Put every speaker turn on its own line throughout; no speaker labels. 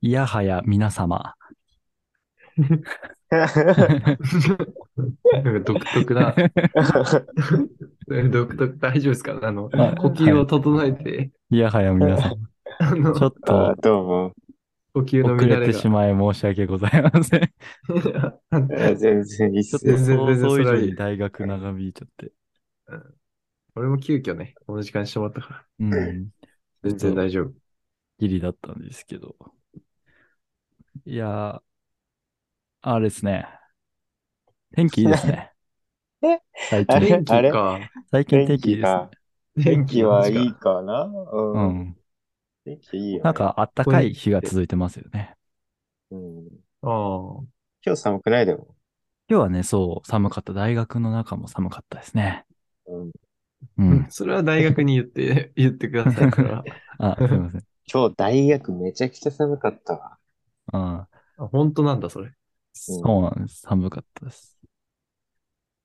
いやはや皆 様。
なんか 独特な、独特、大丈夫ですかあの、
はい
呼吸を整えて、
いやはや皆様。
あの、
ちょっ
あ
と
ーどうも。
呼吸の
遅れ
乱れ
て
が。
しまい申し訳ございません。 ち
あ全然いいっ
ょっ
す
と
よ
全。然
想
全然
像
そ
以
れ
上
はいい
に大学長引いちゃって。
俺も急遽ね、この時間してもらったか
うん。
ら、全然大丈夫。
ギリだったんですけど。いやー、あれですね。天気いいです ね。
え
最
あれ
近、
天気か。
最近天気いいですね。
が、天気はいいかな
う
うん。
ん。
天気いいよね。
なんか、あったかい日が続いてますよね。
うん、
ああ。
今日寒くないでも。
今日はね、そう、寒かった。大学の中も寒かったですね。
うん、
うん。
それは大学に言って、 言ってくださいから。
あ、すいません。
今日大学めちゃくちゃ寒かったわ。
うん。
あ本当なんだ、それ。
そうなんです。寒かったです。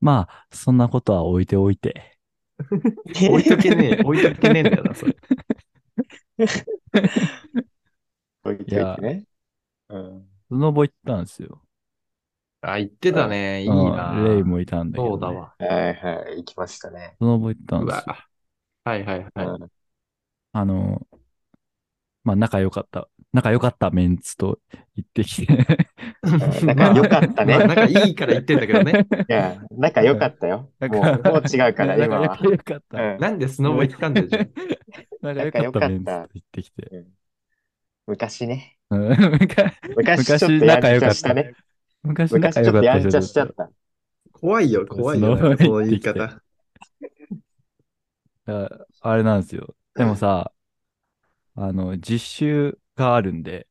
まあ、そんなことは置いておいて。
置いとけねえ、置いとけねえんだよな、それ。
置いといてね。うん。
スノボ行ったんですよ。
あ、言ってたね、いい
うん
な。
レイもいたんだけど、
そうだ。わ。
はいはい、行きましたね。
スノボ行った
うん
です
わ
よ。。
はいはいはい。
うん
あの、まあ、仲良かった、仲良かったメンツと行ってきて。
仲良か ったね
まあ仲いいから言ってんだけどね。
いや、仲良かったよ。
うん
もう、も
仲
う違うから、
仲
今は。
良かった。
うん
なんでスノボ行ったんだよ、じゃあ
仲良かったメンツと行ってきて。
昔ね。
うん昔
昔ちょっ
昔
とやん
仲良
ち
かっ
ゃ
た
したね。
昔
昔
仲
ち
良
ょっ
かっ
とや
た
んちゃしちゃった。
怖いよ、怖いよ、
スノボ行ってきて
その言い方。
だからあれなんですよ。でもさ、あの、実習があるんで、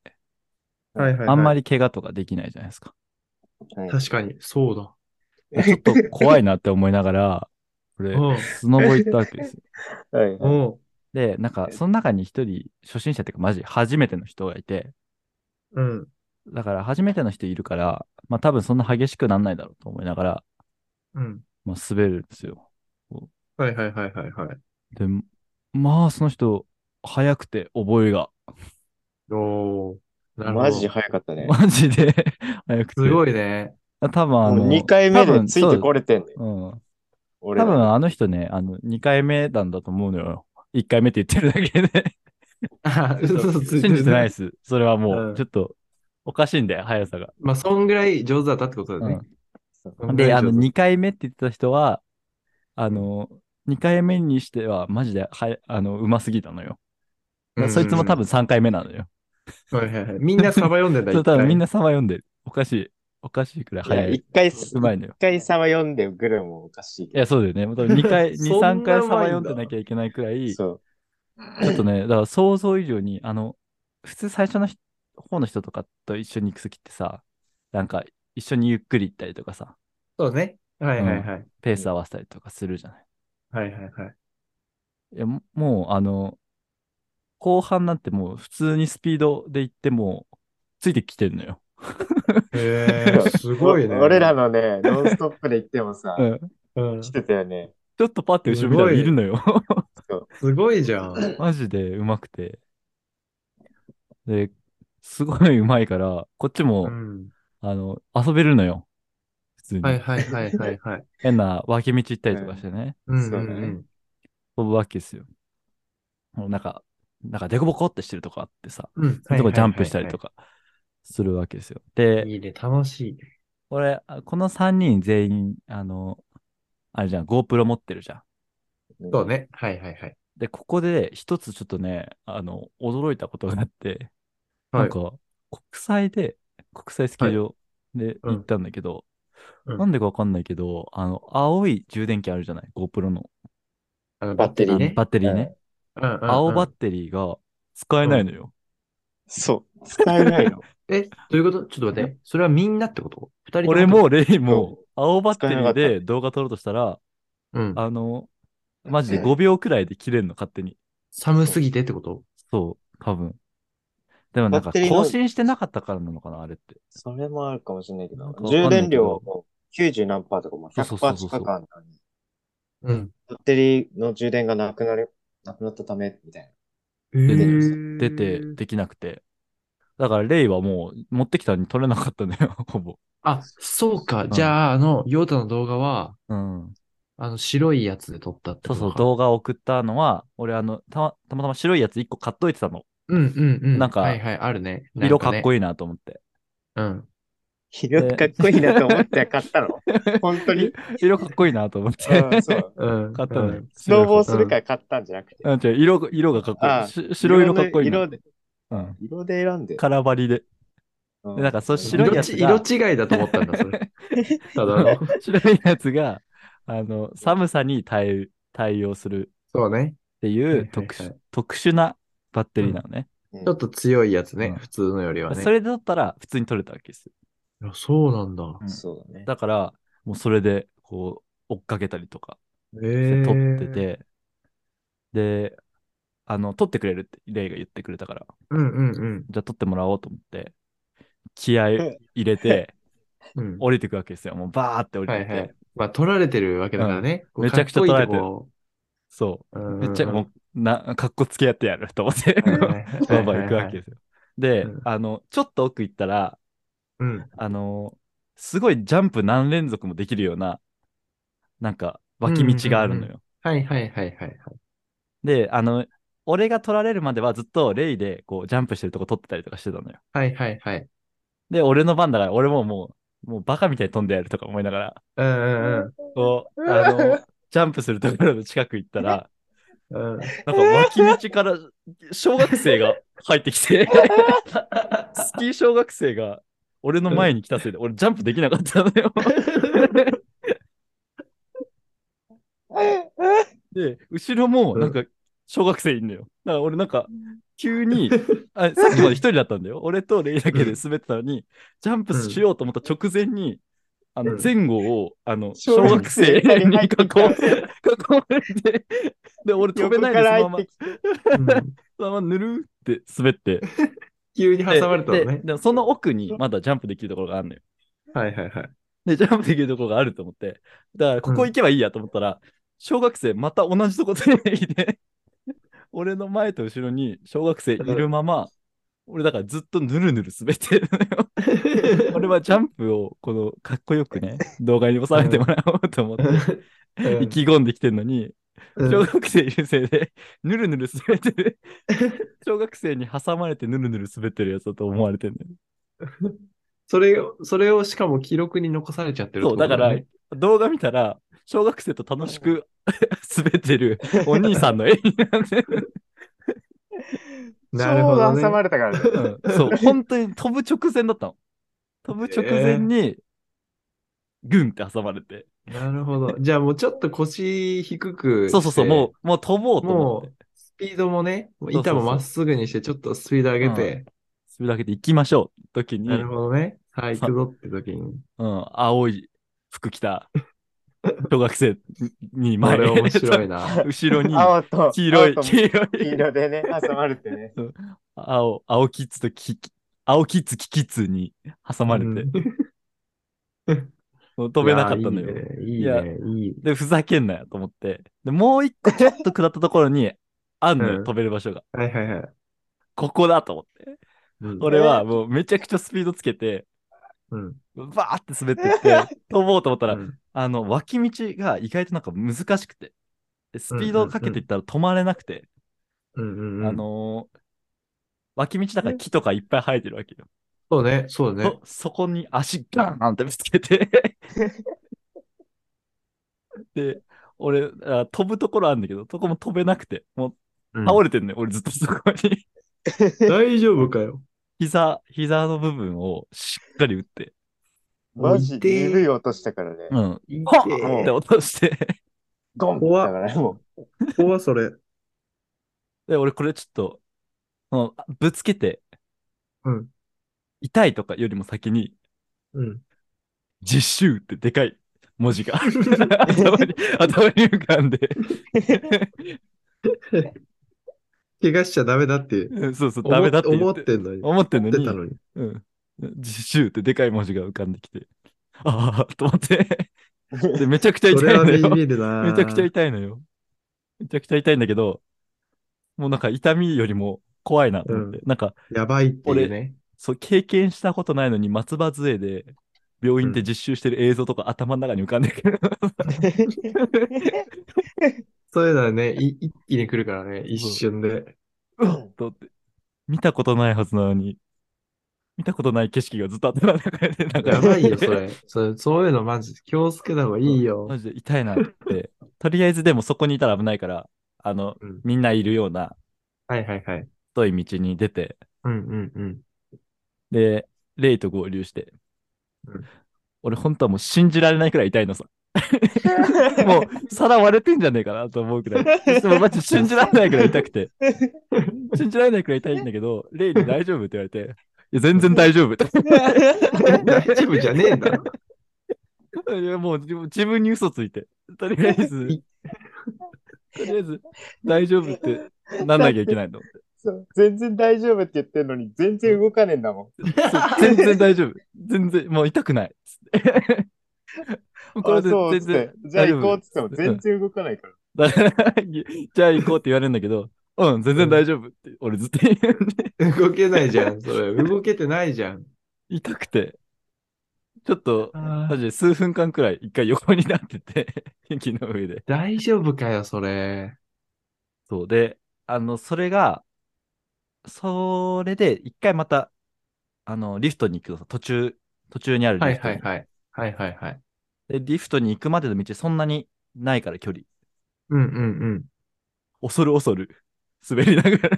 はいはいはい
あんまり怪我とかできないじゃないですか。
うん
確かに、そうだ。
ちょっと怖いなって思いながら、これ、
うん
スノボ行ったわけですよ。
はいはい
お
で、なんか、その中に一人、初心者っていうか、マジ、初めての人がいて、
ううん。
だから、初めての人いるから、まあ、多分そんな激しくなんないだろうと思いながら、
うん。
まあ、滑るんですよ。
はいはいはいはいはい。
で、まあ、その人、早くて、覚えが。
おー。なるほど
マジ早かったね。
マジで、早くて。
すご
い。
いね。
多分あ
も
の、
う2回目でついてこ
れ。
れてんね
うん。
俺
多
ら。
分あの人ね、あの、2回目なんだと思うのよ。1回目って言ってるだけで。
あ、嘘ついて
信じてないで
い。
す。それはも
う
う、
ん
ちょっと、おかしいんだよ、速さが。
まあ、そんぐらい上手だったってことだね。そんぐらい
で、あの、
上手
2回目って言ってた人は、あの、2回目にしては、マジで、はい、あの、うますぎたのよ。
うんうん
そいつも多分3回目なのよ。
はいはいはい。みんなサバ読ん でんだ、
そう、
一回
多分みんなさま読んでる。おかしい。おかしいくらい
いや、
速い。
1回す、
うまいのよ。
一回さま読んでグルもおかしい
い
け
や、そうだよね。もう多分2回、
そん
2、
なうまいん
3
だ
回さま読んでなきゃいけないくら
ど。
い、ち
そ
ょっとね、だから想像以上に、あの、普通最初のひ方の人とかと一緒に行くときってさ、なんか一緒にゆっくり行ったりとかさ、
そうね。はいはいはい。
ペース合わせたりとかするじゃない。
はいはいはい。
いやももう、あの、後半なんてもう普通にスピードで行ってもう、ついてきてるのよ。
へえ、す
う。
ご いね。
お俺らのね、ノンストップで行ってもさ
う、ん。
うん
来てたよね。
ちょっとパッて後ろ見たら
すごい
いるのよ。
すごいじゃん。
マジでうまくて。で、すごいうまいから、こっちも、
うん。
あの、遊べるのよ。普通に。
はいはいはいはいはい。
変な脇道行ったりとかしてね、
うんうん
そう
う
だね
ん。
飛ぶわけですよ。もうなんか、なんかデコボコってしてるとこあってさ、
うん。
そこジャンプしたりと
か。
かするわけですよ。で、
いいね、楽しいね。
俺、あこの3人全員、あの、あれじゃん、GoPro 持ってるじゃん。
そうね。はいはいはい。
で、ここで一つちょっとね、あの、驚いたことがあって、
はい
なんか、国際で、国際スキー場で
うん
行ったんだけど、
うん
なんでかわかんないけど、あの、青い充電器あるじゃない ?GoPro の。
あの
バッテリー
あの
ね。
バッテリーね。
うんうんうん
青バッテリーが使えないのよ。
そう。使えないの。
え、どういうことちょっと待って。それはみんなってこと二人とも
俺も、レイも
そ
青バッテリー
使えなか
で動画撮ろうとしたら、
うん。
あの、マジで5秒くらいで切れるの、勝手に。
寒すぎてってこと
そう、多分。でもなんか
バッテリーの
更新してなかったからなのかな、あれって。
それもあるかもしれないけ
なん
ど
かわ、かんないけ
充
ど
電量はもう90何パーとかもう
そう
100
そ
パ
う
ー
そう
近
そう
くあるのに、
うん。
バッテリーの充電がなくなる、なくなったため、みたいな。
出出
て
て、できなくて。だから、レイはもう、持ってきたのに取れなかったのよ、 ほぼ。
あ、そうか。
ん
じゃあ、あの、ヨータの動画は、
うん。
あの、白いやつで撮ったって
そう
こと
そう、
か。
動画を送ったのは、俺、あの、たまたまたま白いやつ1個買っといてたの。
うんうんうん。
なんか
はいはい、あるね。
色かっこ
い
い
い。
いなと思って。
うん。
色かっ こいいなと思って買っ たの。本当に。
色かっこいいなと思って。
うん、そう。
うん。
買ったのよ。
スノボ
白い
ーするから買ったんじゃなくて。
うん、違う、色、色がかっこ
ああ
いいし。白色かっこいいの。
色で、
うん。
色で選んで。
カラーバリで。
うん
でなんかそう
色
白いや
色
つ
ち
が
色違いだと思ったんだ、そ れ。ただの。
白いやつが、あの、寒さに耐え、対応する
そうね。
って
はいはい
い
は
う
い
特殊、特殊なバッテリーなのね。
うん
ちょっと強いやつね、
うん
普通のよりはね。
それで取ったら普通に取れたわけですよ。
いやそうなんだ。
うん
そうだね。
だから、もうそれで、こう、追っかけたりとか、
ええ
取ってて、で、あの、取ってくれるって、レイが言ってくれたから、
うんうん
じゃあ取ってもらおうと思って、気合入れて、
うん。うん、
降りてくわけですよ。もうバーって降りてって、
はいはいまあ、取られてるわけだからね。こう
めちゃくちゃ取られてるそう。
かっこいいとこをうんうん
めっちゃもう、な、かっこつけやってやると思って、
はいは
バ
いはい
ンバン行くわけですよ。で
うん、
あの、ちょっと奥行ったら、
うん。
あの、すごいジャンプ何連続もできるような、なんか、脇道があるのよ。
はいはいはいはいはい。
で、あの、俺が取られるまではずっとレイで、こう、ジャンプしてるとこ撮ってたりとかしてたのよ。
はいはいはい。
で、俺の番だから、俺ももう、もうバカみたいに飛んでやるとか思いながら、
うんうん
こう、あの、ジャンプするところの近く行ったら、
うん。うん、
なんか脇道から小学生が入ってきて、スキー小学生が俺の前に来たせいで、俺ジャンプできなかったの よ。で、後ろもなんか小学生いんのよ。だから俺なんか急に、あさっきまで一人だったんだよ。 俺とレイだけで滑ってたのに、ジャンプしようと思った直前に、あの
うん
前後をあの
小
小
学
学生
生が
に囲
入ってきた
まれて、囲まれて、 で、俺飛べ
横
な
か
いでその
ら
まま
入ってきて。
うん
そのままぬるーって滑って。
急に挟まれたの
で
ね
で。でもその奥にまだジャンプできるところがあるのよ。
はいはいはい。
で、ジャンプできるところがあると思って。だから、ここ行けばいいやと思ったら、小学生また同じとこ連れてきて、 俺の前と後ろに小学生いるまま、俺だからずっとぬるぬる滑って るのよ。俺はジャンプをこのかっこよくね、動画に収めてもらおうと思って、
うん
意気込んできてんのに、
うん
小学生いるせいで、ぬるぬる滑ってる。小学生に挟まれてぬるぬる滑ってるやつだと思われてるのよ。
それを、それをしかも記録に残されちゃってるって
そう、
こ
だ
と
から
ね、
動画見たら、小学生と楽しく滑ってるお兄さんの絵になってる、
なるほどね
ちょうど挟まれたからね。
うんそう、本当に飛ぶ直前だったの。飛ぶ直前に、グンって挟まれて。
なるほど。じゃあもうちょっと腰低く。
そうそうそう、もう、もう飛ぼうと思っ
も
て
う。、スピードもね、もう
そうそうそう
板もまっすぐにして、ちょっとスピード上げて、
それだけで行きましょう。時に、
なる
うん、
ほどね。はい、行くぞって時 に。
青い服着た小学生に
こ
前
れ面白いな。
後ろに
青と
黄色い、
青と
黄色い。
黄色でね、挟まれ てね。
青、青キッズとキキ、青キッズ、キキッズに挟まれて、飛べなかったのよ。
よ。いいね、いいね、いい。
で、ふざけんなよと思って。で、もう一個ちょっと下ったところ に、あんのよ、
うん
飛べる場所が。
はいはいはい。
ここだと思って。
うん
俺はもうめちゃくちゃスピードつけて、
うん
バーって滑ってって、 飛ぼうと思ったら、
うん
あの、脇道が意外となんか難しくて、でスピードをかけていったら止まれなくて、
うんうんうん
あのー脇道だから木とかいっぱい生えてるわけよ。
そうね、そうね。
そそこに足ガーンってぶつけて で俺あ飛ぶところあるんだけどそこも飛べなくても
う
うん倒れてんね、俺ずっとそこに
大丈夫かよ。
膝膝の部分をしっかり打って
マジ
い
で鈍い音したからね
う。ん
い
パ
て
ーンって落として
ドンってだからも
怖それ。
で俺これちょっともうぶつけて
うん。
痛いとかよりも先に
うん。
「実習」ってでかい文字 が頭に頭に浮かんで
怪我しちゃダメだって、
うんそうそう
思
ダメだって言
思
っ
っててんのに。
思ってんの
思っ
に
てたのに。
うん。実習ってでかい文字が浮かんできて、ああ、と思 って。で、めちゃくちゃ
そ
痛い
れは
のよ。
ビビるな。
めちゃくちゃ痛いのよ。めちゃくちゃ痛いんだけど、もうなんか痛みよりも怖いなと思って。なんか、
やばいっていうね。
そう、経験したことないのに松葉杖で病院で実習してる映像とか頭の中に浮かんでくる。
そういうのはね、い一気に来るからね、一瞬で。
とって見たことないはずなのに、見たことない景色がずっと頭の中でなんか
やばいよ、それ。それそういうのマジで気をつけた方がいいよ。
マジで痛いなって。とりあえずでもそこにいたら危ないから、あの、
うん
みんないるような
はいはいはい。
太い道に出て、
うんうんうん。
で、レイと合流して。
うん
俺、本当はもう信じられないくらい痛いの さ。もう、皿割れてんじゃねえかなと思うくら い。でもマジ信じられないくらい痛くて。信じられないくらい痛いんだけど、レイに大丈夫って言われて、いや、全然大丈夫って。
大丈夫じゃねえんだろ。
いやもう自分自分に嘘ついて。とりあえず、とりあえず、大丈夫ってなんなきゃいけないの。
そう全然大丈夫って言ってんのに、全然動かねえんだも。
そう全然大丈夫。全然、もう痛くない。つってもうんこれで
あそう
全
つ
然
ってじゃあ
大丈
行
夫
こうって言っても、全然動かないから。
だからじゃあ行こうって言われるんだけど、うん、全然大丈夫って、俺ずっと言うんで、
動けないじゃん、それ。動けてないじゃん。
痛くて、ちょっと、
あ
マ
ー
ジで数分間くらい一回横になってて、 駅の上で。
大丈夫かよ、それ。
そうで、あの、それが、それで一回また、あの、リフトに行くと途中、途中にある
は
リ
い
フト
は
に。
いはい。はいはいはい。
で、リフトに行くまでの道そんなにないから距離。
うんうん
恐る恐る、滑りなが ら。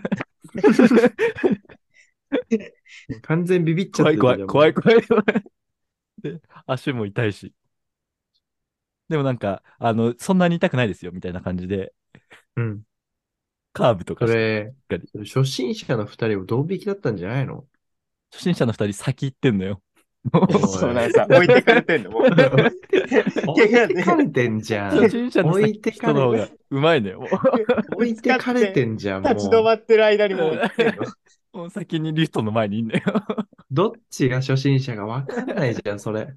うん。完全ビビっちゃっ
怖
て
い怖い、怖い
い。
怖い怖い。 で、足も痛いし。でもなんか、あの、そんなに痛くないですよ、みたいな感じで、
うん。
カーブとか
そ
して、
れ
かり、
初心者の二人もドン引きだったんじゃないの
初心者の二人先行ってんの よ。
おい
そうなんかさ、置いてかれてんの、もう。
置いてかれてんじゃん。
初心者の
置
先
いて
人
か
の方
れ
がうまいのよ。も
置いてかれてんじゃん。も
立ち止
う
まってる間にもう行ってんの。
う、もう先にリフトの前にいんのよ。
どっちが初心者か分かんないじゃん、それ。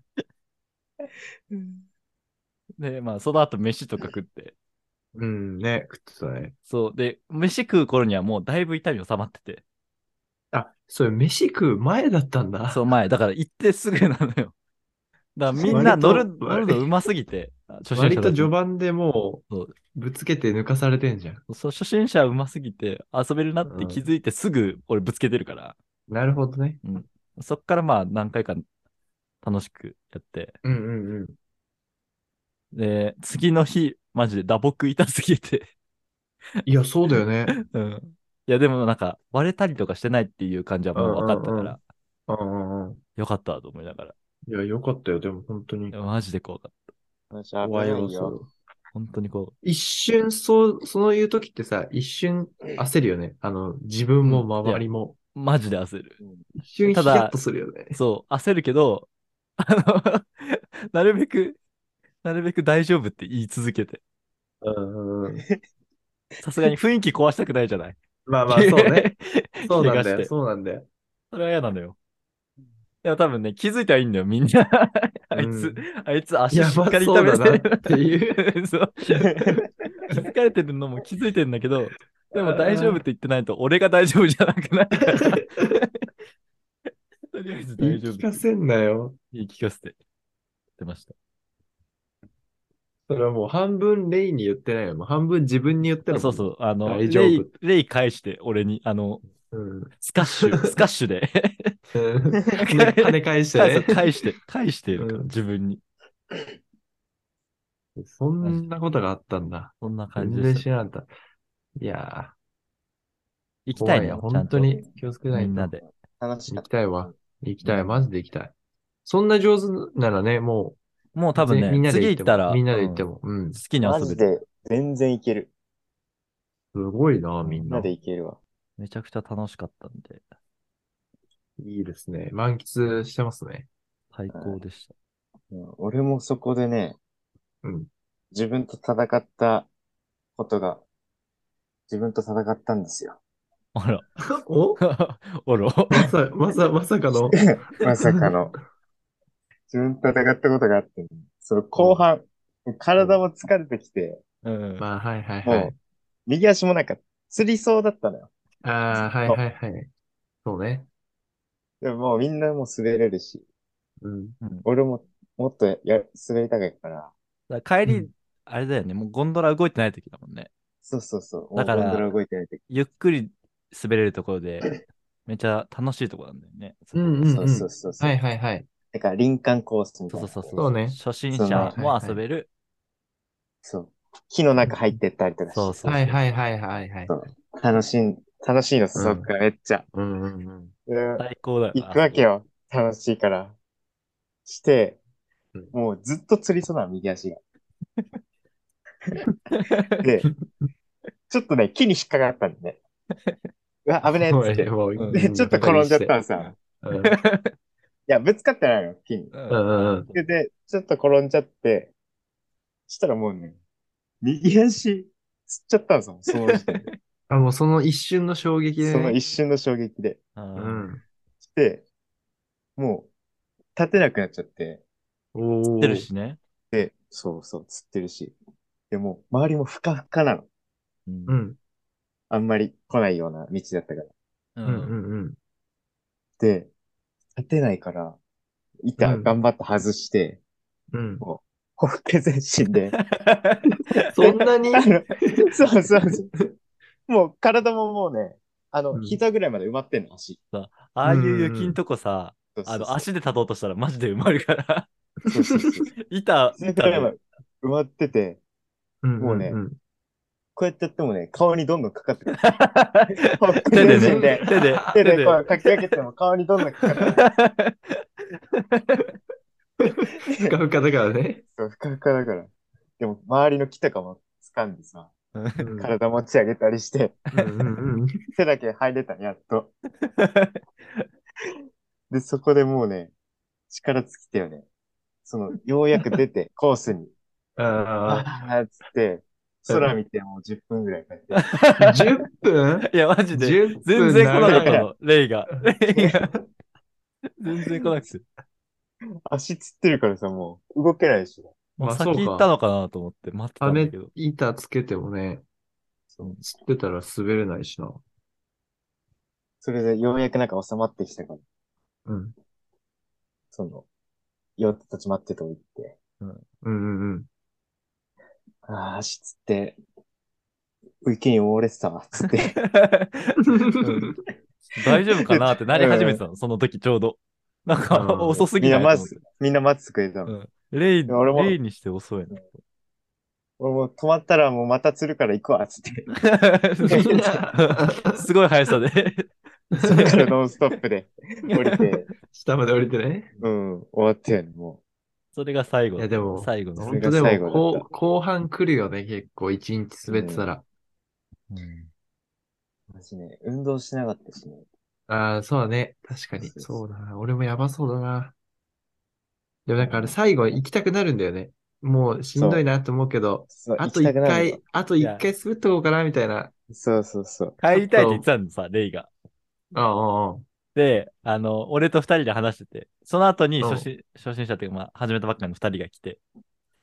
で、まあ、その後飯とか食って。
うんね、食ってたね。
そう。で、飯食う頃にはもうだいぶ痛み収まってて。
あ、それ、飯食う前だったんだ。
そう、前。だから行ってすぐなのよ。だからみんな
割と
乗る、乗る
割
のうますぎて。初心
割
者だ
と
と
序盤でも
そうう、
ぶつけて抜かされてんじゃん。
そう初心者うますぎて遊べるなって気づいてすぐ俺ぶつけてるから、
なるほどね。
そっからまあ何回か楽しくやって、
うんうんうん。
で、次の日、マジで打撲痛すぎて、
いや、そうだよ ね。
うん。いや、でもなんか割れたりとかしてないっていう感じはもう分かったから、
うんうんうんうんうんうん。
よかったと思いながら
いや、よかったよ。でも、本当に
で。もマジで怖かっ
じゃあ危ないよ。
た。本当にこ
一瞬、そう、そういう時ってさ、一瞬焦るよね。あの、自分も周りも。
う、マジで焦る。
一瞬ヒ
た
ヤ
だ
ッとするよね。
そう、焦るけど、あの、 なるべく、なるべく大丈夫って言い続けて、
うんうんうん。
さすがに雰囲気壊したくないじゃない。
ま あまあ、そう ね。そうなんだ
怪我して
よ。そうなんだよ。
それは嫌なのよ。でも多分ね、気づいてはいいんだよ、みんな。あいつ、
うん
あいつ
い
足
や
しっ
ば
かり
そ
痛
う
め
だ
て
な
る。
っていう。
そう気づかれてるのも気づいてるんだけど、でも大丈夫って言ってないと、俺が大丈夫じゃなくなるから。とりあえず
言
大
い
丈夫
聞。かせんなよ。
言い聞かせて。言ってました。
それはもう半分レイに言ってないよ。もう半分自分に言ってるもん。
そうそう、あの、
大丈夫
レイ、レイ返して、俺に、あの、
うん。
スカッ シュ、スカッシュで、
うん。 跳ね返して
返
ね
す。返して、返してるから、
うん
自分に。
そんなことがあったんだ。
そんな感
全
じで
然
した。
知らなかった。いや
行
ー、
きたいね、ち
よ。
ゃん
本
と
当に気をつけないと。
みんなで。
楽しか
行
っ
きたいわ。行きたい。マジで行きたい。そんな上手ならね、もう、
もう多分
ぜみん
ね、
なで
次
行
行った
も
ら、
みんなで行って
も、
も。うん。
好きに
た。マ
遊
ジ
べる。
で全然いける。
すごいな、み
み
ん
ん
な
なで。いけるわ。
めちゃくちゃ楽しかったんで、
いいですね。満喫してますね。
最高でした。
うん俺もそこでね、
うん
自分と戦ったことが、自分と戦ったんですよ。
あら、
お
あら、
まさ、まさ、まさか の。
まさか の。自分と戦ったことがあってね、その後半、体も疲れてきて、
うん。
まあ、はいはいは
も
い。
う、右足もなんか、釣りそうだったのよ。
ああ、はいはいはい。そうね。
でももうみんなもう滑れるし、
うん。
俺ももっとや滑りたかったから、
だから帰り、
うん
あれだよね、もうゴンドラ動いてない時だもんね。
そうそうそう。
だから
もうゴンドラ動いてない時。
ゆっくり滑れるところで、めちゃ楽しいところなんだよね。
うんうん
そうそうそうそう。
はいはいはい。
だから林間コースみた
そ
いう
そう
な。
そうそう。
そうね
初心者も遊べる。
そう。火の中入ってったりとかして。
そうそう
はいはいはいはいはい。
楽しい、楽しいの、そっか、めっちゃ。
うんうんうん。
で
最高だよ。
行くわけよ。楽しいから。して
うん、
もうずっと釣りそうなの右足が。
あそこ。
で、ちょっとね、木に引っかかったんでね。うわ、危ねえっつって。
もう
うん
で、 ちょっと転んじゃったんさ。い
うん。
や、ぶつかってないの、木に。
うんうん
で、でちょっと転んじゃって、したらもうね、右足、つっちゃったんですよ、その時点で
あ、もうその一瞬の衝撃でね。
その一瞬の衝撃で。
う。
うんん。
して、もう、立てなくなっちゃって、
おー
知ってるしね。
で、そうそう、釣ってるし。でも、周りもふかふかなの。
うん
うん。
あんまり来ないような道だったから。
う
うんうん うん。
で、立てないから、板
うん
頑張って外して、
うん。
ほふけ前進で。
そんなに
あのそうそうそう。もう体ももうね、あの、
うん
膝ぐらいまで埋まってんの、足。
ああいう雪んとこさ、
そうそう
あ
そう
の、足で立とうとしたらマジで埋まるから。
そ うそうそう
板、
膝ぐ
板
らいま
で
で埋まってて、もうね
んんん
こうやってやってもね、顔にどんどんか かってくる。ほふけ
手でね
前進で。。
手で、
手
手
で
で
こ。うかき上げても顔にどんどんかかってくる。
ふかふかだから ね。
そうふかふかだから。でも、周りの木とかも掴んで
う
さ、
ん
体持ち上げたりして、
うんうんうん。
手だけ入れたのやっと。で、そこでもうね、力尽きたよね。その、ようやく出 て、コースに、
あ
あーっつって、空見てもう10分ぐらいかかっ
あ。10分
いや、マジで。
10分
全然来なかっ
長
た
い
の、レイが。レイ
て
が。。全然来なくて。
足つってるからさ、もう動けないし。
もう
あそうか
先行ったのかなと思って待ってたんだけど。
板つけてもね、
そう
釣ってたら滑れないしな。
それでようやくなんか収まってきたから、
うん。
その、よって立ち待ってとこ行って。
うんうんう ん。
ああ、足つって、池に埋もれてたわ、つ って。
うん大丈夫かなってなり始めてたの、その時ちょうど。なんか、
うん
遅す
み
ぎ
ん
な
ない
と思っ
待
て
つ、みんな待っててくれてたの。
うんレイ、
俺も
レイにして遅いな。
俺も止まったらもうまた釣るから行くわ、つって。
すごい速さで。
それからノンストップで降りて、
下まで降りてね。
うん、終わったよね、も
それが最後。
いやでも
最後の。
本当
それ
で
が最
も
後だ
後
っ、
後半来るよね、結構。一日滑ってたら。
うん
う。マジね、運動しなかったしね。
ああ、そうだね。確かに。
そうそ
そううだな。俺もやばそうだな。でもなんかあれ最後行きたくなるんだよね。もうしんどいなと思うけど、
そう
あと
行
一
きたくなるの
回、あと一回滑っとこうかな、みたいな。
そうそうそう。
帰りたいって言ってたのさ、レイが。
うんうんうん。
で、あの、俺と二人で話してて、その後に初心,、初心者っていうか、まあ、始めたばっかりの二人が来て、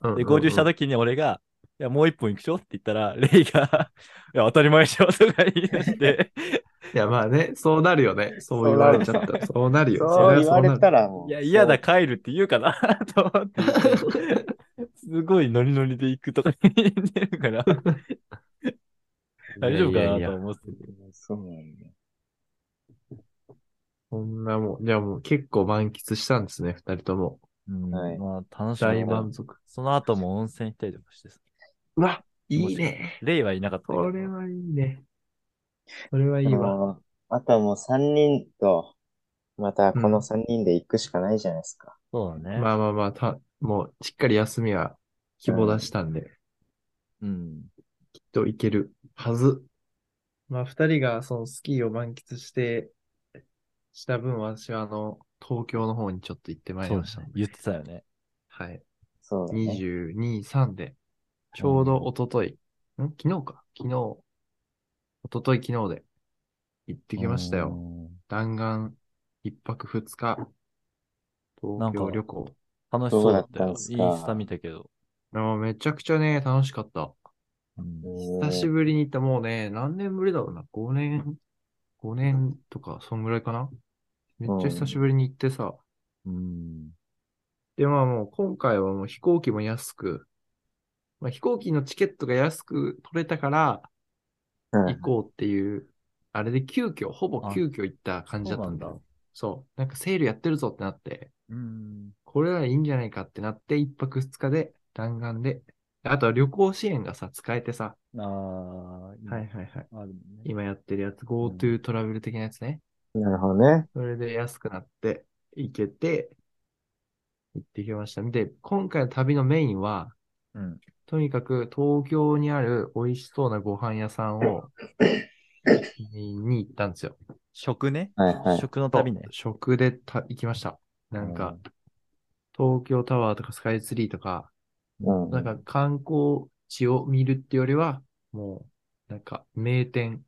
うんうんう
で、
ん
合流した時に俺が、いや、もう一本行くしょって言ったら、レイが、いや、当たり前でしょとか言い出 して、
いや、まあね、そうなるよね。そう言われちゃったら。そうなるよ。
そう言われた
ら。
らもう。
いや、嫌だ、
そ
帰るって言うかな と思って、すごいノリノリで行くとか言ってるから、大丈夫か
いやい
な
や
と
いや
思ってて。
う。そうなんだ。
そんなもん。じゃあもう結構満喫したんですね、二人とも。
うん
はい
まあ、楽しか
大
った
満。足。
その後も温泉行ったりとかしてさ、
うわ、いいね。
レイはいなかったけど
これはいいね。これはいい
あ
わ。
のあとはもう3人と、またこの3人で行くしかないじゃないですか。
そうだね。
まあまあまあ、た、もうしっかり休みは希望出したんで、
うん。
きっといけるはず。まあ二人がそのスキーを満喫して、した分私はあの、東京の方にちょっと行ってまいり
そう
ま
で
し
す
た
ね。。言ってたよね。
はい。
そうだね。
22、3で、ちょうど一昨日、ん昨日か昨日、一昨日昨日で行ってきましたよ。弾丸一泊二日、
なんか
東京旅行。
楽しそうだった
どうだった
よ
ん。す
イン
か
スタ見たけど。
あめちゃくちゃね、楽しかった。
うん
久しぶりに行った、もうね、何年ぶりだろうな。5年、5年とか、そんぐらいかなめっちゃ久しぶりに行ってさ。
うん。
で、まあもう今回はもう飛行機も安く、まあ、飛行機のチケットが安く取れたから
うん
行こうっていう、あれで急遽、ほぼ急遽行った感じだったんだ
そうなん
よ。そう。なんかセールやってるぞってなって、
うん。
これならいいんじゃないかってなって、一泊二日で弾丸で、あとは旅行支援がさ、使えてさ、
ああ、今
はいはいはい。
あるね。
今やってるやつ、GoTo トラベル的なやつね。
なるほどね。
それで安くなって、行けて、行ってきました。で、今回の旅のメインは、
うん。
とにかく東京にある美味しそうなご飯屋さんを、にに行ったんですよ。
食ね。
はいはい。
食の旅ね。
食でた行きました。なんか、東京タワーとかスカイツリーとか、
うん。
なんか観光地を見るってよりは、もう、なんか名店、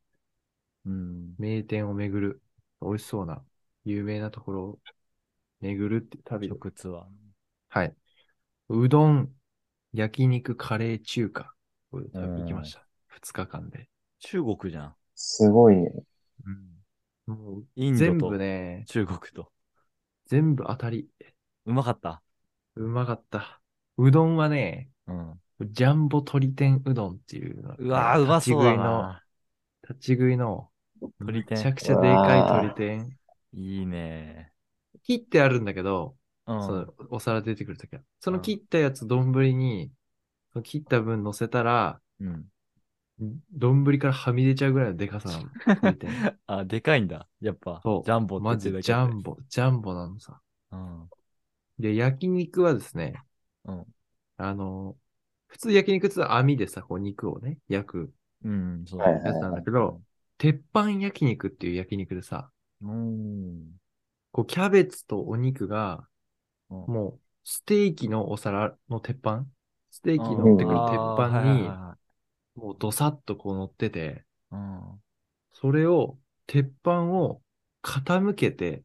うん。
名店を巡る、美味しそうな、有名なところを巡るって旅で。
食ツアー。
はい。うどん、焼肉、カレー、中華。こういう旅行きました。二日間で。
中国じゃん。
すごいね。
もう
イン
全
ド
部
と
ね、
中国と。
全部当たり。
うまかった。
うまかった。うどんはね、
うん。
ジャンボ鶏天うどんっていうの。
うわーうまそうだな。
立ち食いの、
鶏
めちゃ
天。
くちゃでかい鶏天。
いいね。
切ってあるんだけど、
うん。
そのお皿出てくるときは。その切ったやつ丼に、その切った分乗せたら、
うん。
丼からはみ出ちゃうぐらいのでかさなの。 鶏天
あ、でかいんだ。やっぱ。
そう
ジャンボ
マ
って
ジ
言
ジ
ってた
ャ
け
ンボ、ジャンボなのさ。
ど。うん。
で、焼肉はですね、
うん
あの、普通焼肉って言ったら網でさ、こう肉をね、焼く
うん、そう
はいはい
やつなんだけど、鉄板焼肉っていう焼肉でさ、
うん。
こうキャベツとお肉が、
うん
もうステーキのお皿の鉄板ステーキ
駅
乗ってくる鉄
あ
板
ーはいはい
に、
は
もうドサッとこう乗ってて、
いはい
それを、鉄板を傾けて、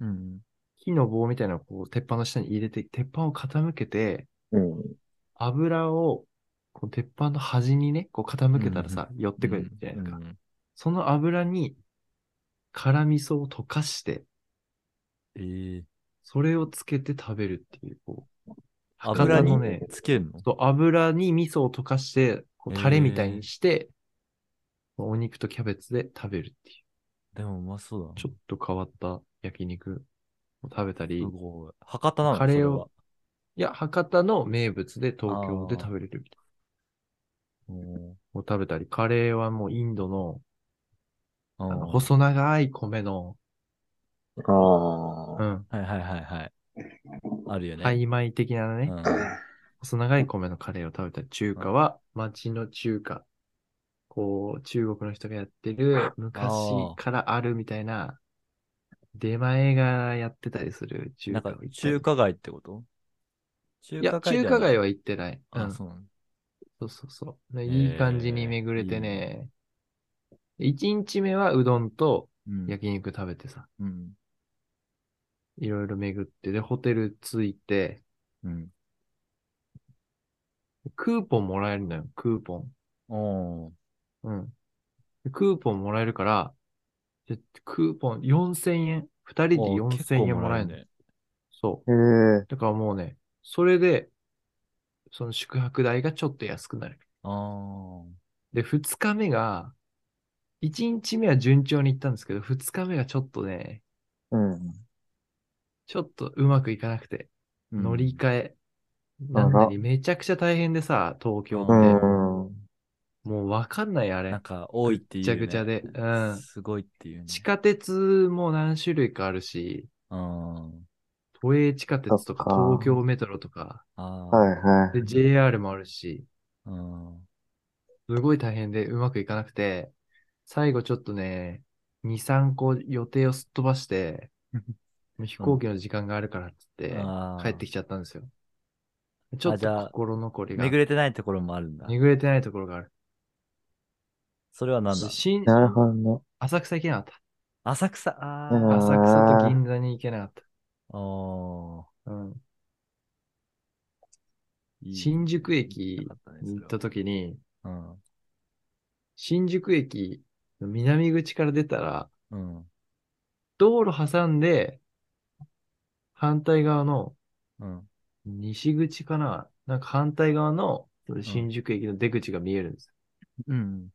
うん。うん。
木の棒みたいなのをこう鉄板の下に入れて、鉄板を傾けて、
うん。
油を、こう鉄板の端にね、こう傾けたらさ、寄ってくるじゃないですか。
うん
その油に、辛味噌を溶かして、
えー、
それをつけて食べるっていう、こう、博
油
多の
に
ね、
つけるの
そう油に味噌を溶かして、こうタレみたいにして、お肉とキャベツで食べるってい
でもうまそうだな
う、。ちょっと変わった焼肉を食べたり、
すごい。博多なの
カレー
それは
をいや、博多の名物で東京で食べれるみたいな。
うん
を食べたり、カレーはもうインドの、あの
うん
細長い米の、
あ
う
あ。
は
ん、
いはいはいはい。あるよね。
曖昧的な
う
ね、
ん。
細長い米のカレーを食べたり、中華は町の中華。こう、中国の人がやってる、昔からあるみたいな、出前がやってたりする中
なん
華を
か
行ったり
中華街ってこと中
い
で
や、中
ない
華街は行ってない。う
あ、
ん、そ
そうなの
うそうそう。いい感じに巡れてね、一日目はうどんと
うん
焼肉食べてさ、
うん。
いろいろ巡って、で、ホテル着いて、
うん。
クーポンもらえるのよ、クーポン。
おー
うん。でクーポンもらえるから、でクーポン4000円。2人で
おー結
4000
構
円もらえるの。
ね。
そ
へえ
う。。だからもうね、それで、その宿泊代がちょっと安くなる。
ああ。
で、2日目が、1日目は順調にいったんですけど、2日目がちょっとね、
うん。
ちょっとうまくいかなくて、
うん
乗り換え。
あ
な
ら
んだり、めちゃくちゃ大変でさ、東京っ
うん。
て。もうわかんない、あれ。
なんか多いっていう、
ぐ
ね。
ちゃぐちゃで。うん。
すごいっていう、ね。
地下鉄も何種類かあるし、
うん。
都営地下鉄とか
そっか
東京メトロとか、
ああ。
はいはい。
で JR もあるし、
うん。
すごい大変でうまくいかなくて、最後ちょっとね、2、3個予定をすっ飛ばして、もう飛行機の時間があるからっつって、
あー
帰ってきちゃったんですよ。ちょっ
じゃ
と
あ
心残りが。
巡れてないところもあるんだ。
巡れてないところがある。
それはなんだ
新
なるほどね。
浅草行けなかっ
浅草。あ
う
た。
ん
あ。
浅草と銀座に行けなかっ
お
た。うん。
ーいい
新宿駅
行きたかったね
行った時に、
それは
新宿駅の南口から出たら、
うん。うん。
道路挟んで、反対側の
うん。
西口かななんか反対側の新宿駅の出口が見えるんです。
うん。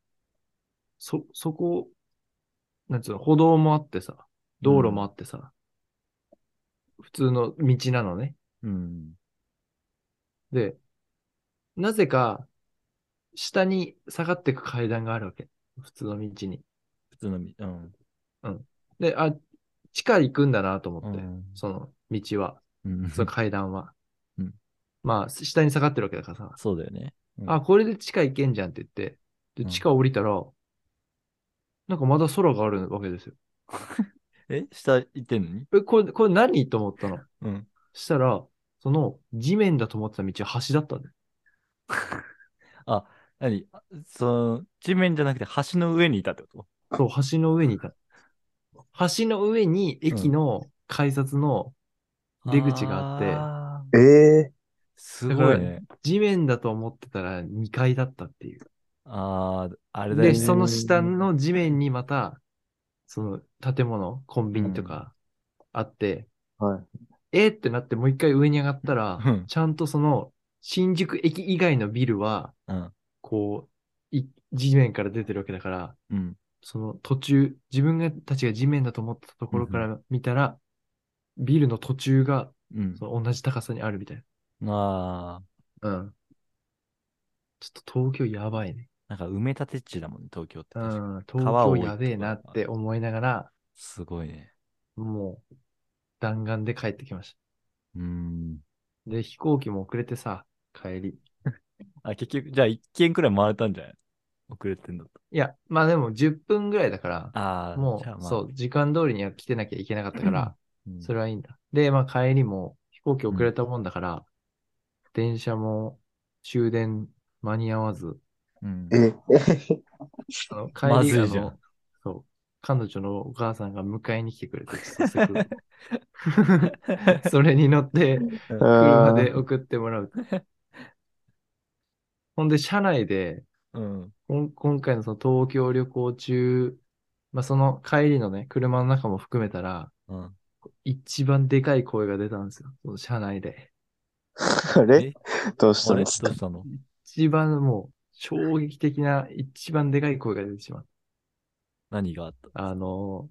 そ、そこ、なんつうの、歩道もあってさ、道路もあってさ、普通の道なのね。
うん。
で、なぜか、下に下がってく階段があるわけ。普通の道に。
普通のみ、うん。
で、あ、地下行くんだなと思って、
うん
その道は、
うん
その階段は。
うん
まあ、下に下がってるわけだからさ、
そうだよね。うん
あ、これで地下行けんじゃんって言って、
う
で、
ん
地下降りたら、なんかまだ空があるわけですよ。
え下行ってんのに
え、これ、これ何と思ったの
うん。
したら、その地面だと思ってた道は橋だったんだよ。
何あその、地面じゃなくて橋の上にいたってこ
そう、橋の上にいた。橋の上に駅の改札の
と
出口があって、
あって。
ええ
すごい
だ
ね。
地面だと思ってたら2階だったっていう。
ああ、あれだよ
で、
ね。
その下の地面にまた、その建物、コンビニとかあって、
はい。
えーってなってもう一回上に上がったら、
うん
ちゃんとその新宿駅以外のビルは、
うん
こうい、地面から出てるわけだから、
うん。
その途中、自分たちが地面だと思ってたところから見たら、ビルの途中が
うん。
その同じ高さにあるみたい
ああ、
な。うん。ちょっと東京やばいね。
なんか埋め立て地だもんね、東京って
う
確かに。
ん。東
川多い
京やべえなって思いながら、
すごいね。
もう、弾丸で帰ってきまし
うーん。
た。で、飛行機も遅れてさ、帰り。
あ、結局、じゃあ一軒くらい回れたんじゃない遅れてんだっ
いや、まあでも10分ぐらいだから、
た。ああ、
も
じゃあ
う、
まあ、
そう、時間通りには来てなきゃいけなかったから、
うん。
それはいいんだ。で、まあ帰りも飛行機遅れたもんだから、電車も終電間に合わず、
うん
え
あの帰り
まずいじゃん
あのそう、彼女のお母さんが迎えに来てく れて、早速 それに乗って、車で送ってもらう。ほんで、車内で、
うん。
こん今回のその東京旅行中、まあ、その帰りのね、車の中も含めたら、
うん。
一番でかい声が出たんですよ。その車内で。
あれ
え
どうし
あ
たん
れど
で
う
すか
したの
一番もう、衝撃的な、一番でかい声が出てしまった。
何があった
あの、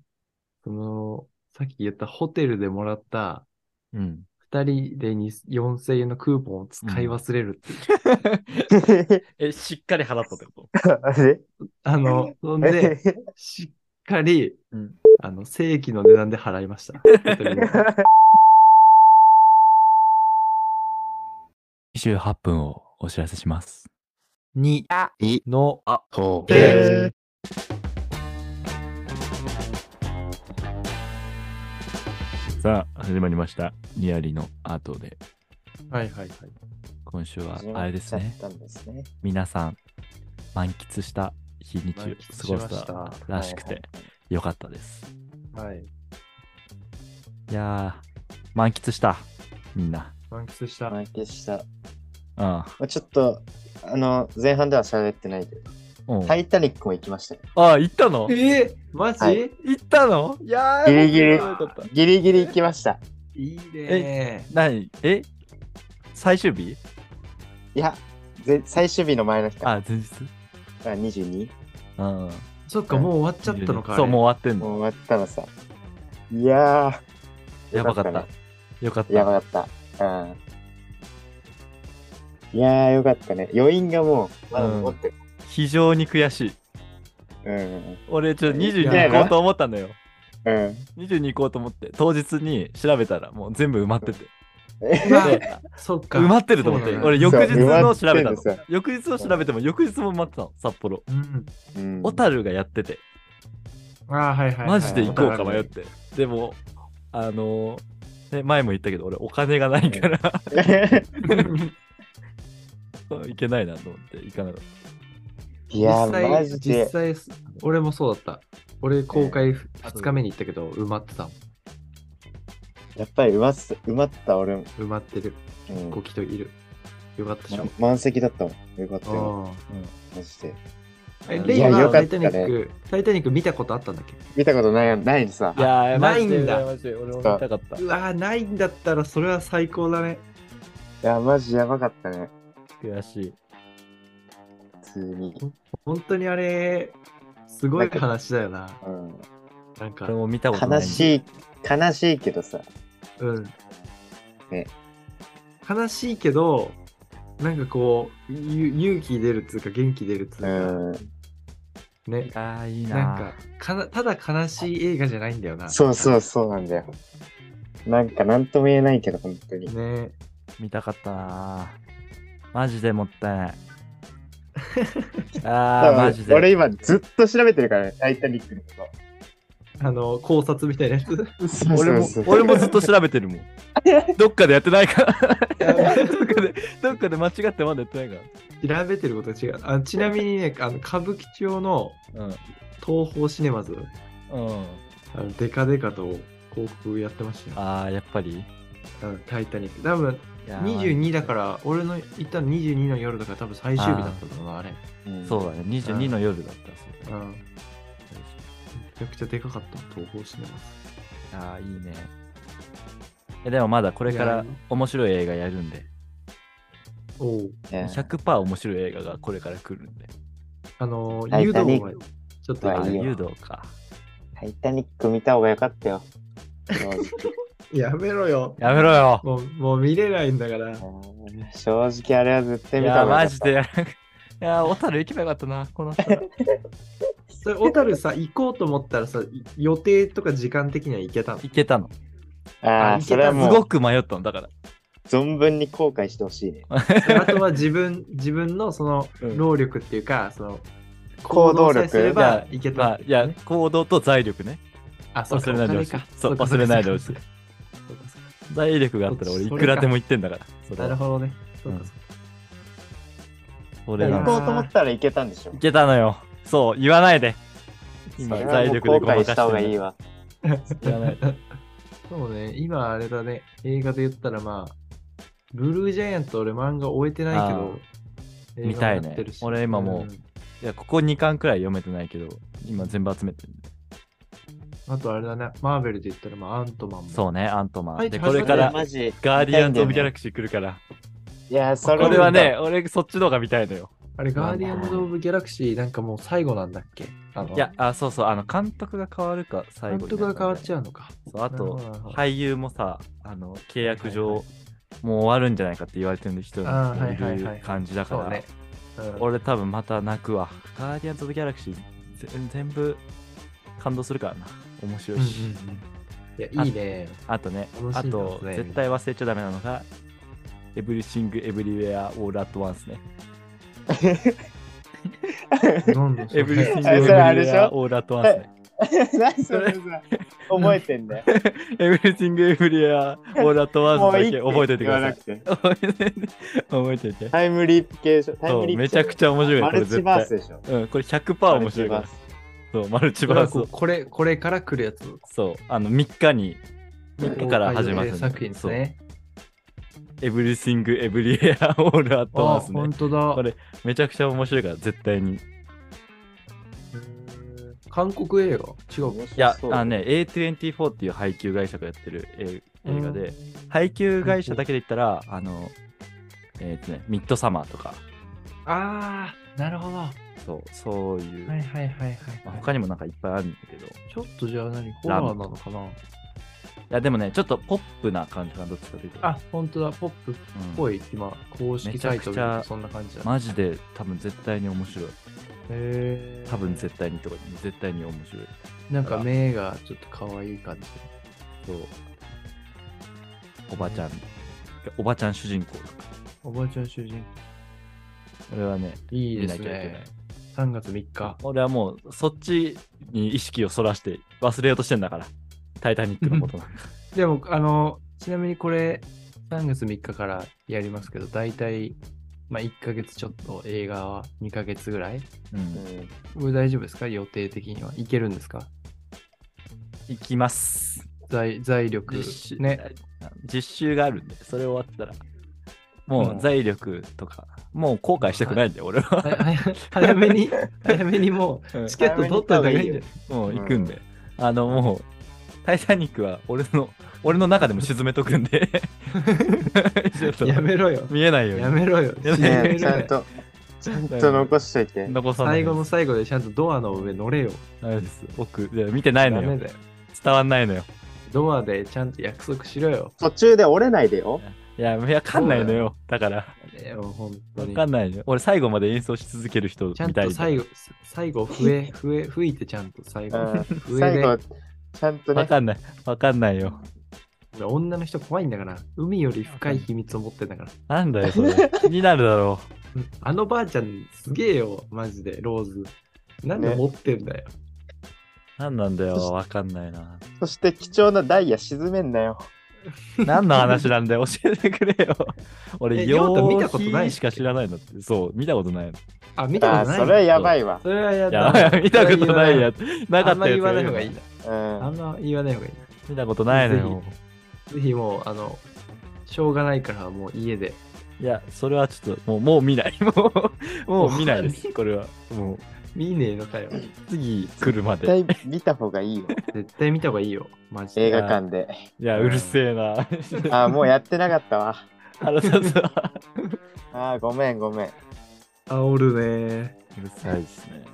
その、さっき言ったホテルでもらった、
うん。
二人でに4000円のクーポンを使い忘れるっていう。
え、しっかり払ったってこと
あれ
あの、そんで、しっかり、
うん
あの、正規の値段で払いました。ホテルに
?28 分をお知らせします。に、あ、の、あ、
と
で
さあ、始まりました。ニアリの後で。
はいはいはい。
今週は、あれですね。
たんですね。
皆さん、満喫した日にちを
満
過
喫し
ご
ま
せ
した
たらしくて、よかったです。
はい。
いやー、満喫した、みんな。
満喫した。
満喫した。ま
うん。
あ、ちょっと、あの、前半では喋ってないけど、
うん
タイタニックも行きましたよ。
あ、行ったの
ええマジ、、
はい
行ったのいやー、
ギリギリ
よかった。
ギリギリ行きました。
いね
何え最終日
いや、ぜ最終日の前の日か。
あ、前日
あ、22?
うん。終
そっか、もう終わっちゃったのか。
そう、もう
う。
終わってん
も
の。
う終わったのさ。いやー。
やばかっ
よね
た。。よかった。
やばかった。うん。いやー、よかったね。余韻がもう、まだ残ってる。
非常に悔しい。
うん。うん。
俺、ちょっと
い
22
や
行こうと思ったのよ。
うん、
22行こうと思って、当日に調べたら、もう全部埋まってて。
あ
で
そっか。
埋まってると思っ
そう
て、
なんだ
俺、翌日のを調べたの
そう埋まってんですよ。
翌日を調べても、翌日も埋まってたの、札幌。
うん。
うん
小樽がやってて、
ああ、はいはい、はい。
マジで行こうか迷っ
よ。
て。でも、あのーね、前も言ったけど、俺、お金がないから、行けないなと思って、行かなかっ
い
実
やー、マ
際、
ジ
実
で。
際、俺もそうだった。俺、公開2日目に行ったけど、埋まってたもん。
やっぱり埋まっ埋まった俺も、
埋まってる。
うん
ごきといる。よかったでしょ
ま。満席だったもん。よかったよ。
ああ。
マジで。
え
うん
レイ
いや
は
よ
タ
かっ
イ
た
タ
ね
ニック、タイタニック見たことあったんだっけ
見たことない、ないのさ
い。やー、マ
ない
ジで
んだ
羨ましい。俺も見たかった。
うわー、ないんだったらそれは最高だね。
いや、マジやばかったね。
悔しい。
普通に。
本当にあれ、すごい話だよな。
うん。
なんか
俺、も見たことない。
悲
い。
しい、悲しいけどさ。
うん。
ね
悲しいけど、なんかこう、ゆ勇気出るっつうか、元気出るっつう
う
か、
ん。
ね。
ああ、いいな。
なんかかな、ただ悲しい映画じゃないんだよな。
そうそうそうなんだよ。なんか、なんとも言えないけど、本当に。
ね。
見たかったな。マジでもったいない。ああ、マジで。
俺今ずっと調べてるからね、タイタニックのこ
あの、考察みたいなやつ。
と。そう
俺も
そうそう
俺もずっと調べてるもん。どっかでやってないから。 どっかで、どっかで間違ってまだやってないか
調べてることが違う。あちなみにね、あの歌舞伎町の
ら。
東宝シネマズ、
うん。うん。
あのデカデカと広告やってましたよ。
ああ、やっぱり。
あのタイタニック。多分
いやー
22だから、俺の行ったの22の夜だから多分最終日だったと思うな、あれ。
うん
そうだね。22の夜だった。
う。
そうん
めちゃくちゃでかかった、東宝シネマズ。
ああ、いいね。えでもまだこれか
いや
ら
ー
面白い映画やるんで、
おお。
ね
100%面白い映画がこれから来るんで。
あの
タ
ー、誘
イタニ
導
ック
はちょっと
あ
は
あ、
いいよ
誘導か。
タイタニック見た方がよかったよ。正直
やめろよ。
やめろよ
もう、もう見れないんだから。
うん正直 あれは絶対
い
見た
や、
方が
マ
よかっ
ジ
た。
で やらなく。いやー、小樽行けばよかったな、こ の人。
それ、小樽さ、行こうと思ったらさ、い予定とか時間的には行けたの
行けたの。
あ
あ
あ、
いけた
それは
す
も
ご
う
く迷ったの、だから。
存分に後悔してほしいね。
あとは 自分、自分のその
うん
能力っていうか、その
行動力
さえすれ
じゃ
ば
あ
いけた
ま
っ
あ、
て
い
ことね、
や、行動と財力ね。
あ、そう
忘
か
れないでほしい
お金か。
そう、
か
忘れないでほし
そ
いう
か。そうかそう
財力があったら俺い
それ
くらでも言ってんだから。そ
か
れ
なる
は
ほどね。そうかそうか
それ
い
な
や
行
の
こうと思ったらいけたんでしょ
い。けたのよ。そう、言わないで。今、
それは
財
も
力で
う後
ごまか
悔
して
した方が
る
いいわ。
言わないで。
そうね、今あれだね、映画で言ったらまあ、ブルージャイアント俺漫画終えてないけど、映画
見たいね
やってるし
俺今もうんいや、ここ2巻くらい読めてないけど、今全部集めてるんで。
あとあれだね、マーベルで言ったらまあ、アントマンも。
そうね、アントマン。
はい
で、
始ま
こ
った
れから、
マジ。
ガーディアンズ・オブ・ギャ
ラ
ラクシー来るから。
いや、それ
これはね、、俺、そっちの方が見たいのよ。
あれ、ガーディアンズ・オブ・ギャラクシーなんかもう最後なんだっけあの
いや、、あ、そうそう、あの、監督が変わるか、最後
監
に。
督が変わっちゃうのか。
そう、あと
なるほどなるほ、ど
俳優もさ、あの、契約
はい
上
は、
もう終わるんじゃないかって言われてるんで、人
あー
がい
はいはいはい
る感じだか
そう
ら
ね。。うん
俺多分また泣くわ。ガーディアンズ・オブ・ギャラクシー、ぜ全部感動するからな。面白いし。
いや、いいね。
あとね
楽、し
あ
みなんで
と
すね、
絶対忘れちゃダメなのが、エブリシング・エブリウェア・オール・アット・ワンスね。
なんでしょ
エ
う
ブリシング・
ね
エブリウェ
あれそれあれ
ア・
でしょ
オール・アット・ワンス ね。
何 それさ、覚えてんだよ。
エブリシング・エブリウェア・オール・アット・ワンス
も
だ
ういいっ
け覚えておいてください。
言わなく
覚
て
えて覚えておいて。
タイムリープ系でしょ。タイ
そ
ムリ
う
ープ
めちゃくちゃ面白いよ
マ
これ
ルチ
絶
バー
対
ス。でしょ。
うん、これ100%面白いから
マルチ。
そう、マルチ
これ
バ
は
ース
こう
を。
これ、これから来るやつ。
そう、あの、3日に、3日から始まるん
公開
で。
予定作品ですね。
そう。エブリシング・エブリエア・オール・アット・ワ
あ、
ンスね
本。当だ。
これめちゃくちゃ面白いから、絶対に。い
韓国映画違う。
バース。
や、あ
そう
のね、A24 っていう配給会社がやってる映映画で、配給会社だけで言ったら、あの、えっとね、ミッドサマーとか、
ああ、なるほど。は
そう、そういう、
いはいはいはい。
まあ他にもなんかいっぱいあるんだけど、い
ちょっとじゃあ何ホラーなのかな
や、でもね、ちょっとポップな感じかな、どっちかというと。
あ、本当だ。ポップっ
うん
ぽい、今、公式サイト見るとそんな感じだ。
マジで多分絶対に面白い。
へー
多分絶対にとか、絶対に面白い。
なんか目がちょっと可愛い感じ。
そう。おばちゃん。おばちゃん主人公とか。
おばあちゃん主人
俺はね、
公。いいです
見なきゃいけな
ね
い。
3月3日。
俺はもうそっちに意識をそらして忘れようとしてんだから。タイタニックのことなんか。
でも、あの、ちなみにこれ、3月3日からやりますけど、大体、まあ、1ヶ月ちょっと、映画は2ヶ月ぐらい。
うん。
うん
これ大丈夫ですか予定的には。いけるんですか
行きます。
財財力
実習。
ね。
実習があるんで、それ終わったらもう財力とか、もう後悔したくないんだよ、俺は。
はや早めに、早めにもう、 チケット取った方がいいんだよ。
もう行くんで。あの、もう、タイタニックは俺の、俺の中でも沈めとくん で。ちょっと
やめろよ。
見えないように。
やめろよ。
や
や
ね
め
えち
ろ
ゃ
よ
んと、ちゃんと残しといて。
残さない
最後の最後でちゃんとドアの上乗れよ。
あれです。奥、いや見てな
ダ
いの
メ
よ。
だよ。
伝わんないのよ。
ドアでちゃんと約束しろよ。
途中で折れないでよ。
いや、わかんないのよ。だから、
ねえもう本当
わ
に。
かんないのよ。俺、最後まで演奏し続ける人み
ちゃん
たい
と最後、最後、笛、笛、吹いてちゃんと最
う
後。
ん
上
最
で
後、ちゃんと
わ
ね、
かんない。わかんないよ。
女の人怖いんだから、海より深い秘密を持ってんだから。
なんだよ、 それ。気になるだろ
あのばあちゃんすげえよ、マジで、ローズ。なんで
ね
持ってんだよ。
う。なんなんだよ、わかんないな。
そして貴重なダイヤ沈めんなよ。
何の話なんだよ、教えてく れよ。俺、
えりょうた見
用
たことな
品
い
しか知らないのって。そう、見たことないの。
あ、見た
あ
こと
あ、
ない。
それはやばいわ。
それはや
いや
だ。、
見たことないやつ。なか
あ
った
んま
や
り
つ
言わない方がいいな。
う
あん
ん。
ま言わない方がいい
見たことないのよ。
な。ぜひもう、あの、しょうがないからもう家で。
いや、それはちょっと、もう、もう見ない。もう、もう見ないです。これは。もう、
見ねえのかよ。
次来るまで。
絶対見た方 がいいよ。
絶対見た方がいいよ。マジで。
映画館で。
いや、うるせえな。
ああ、もうやってなかったわ。
腹立つわ。
ああ、ごめん、ごめん。
煽るね。
うるさいですね。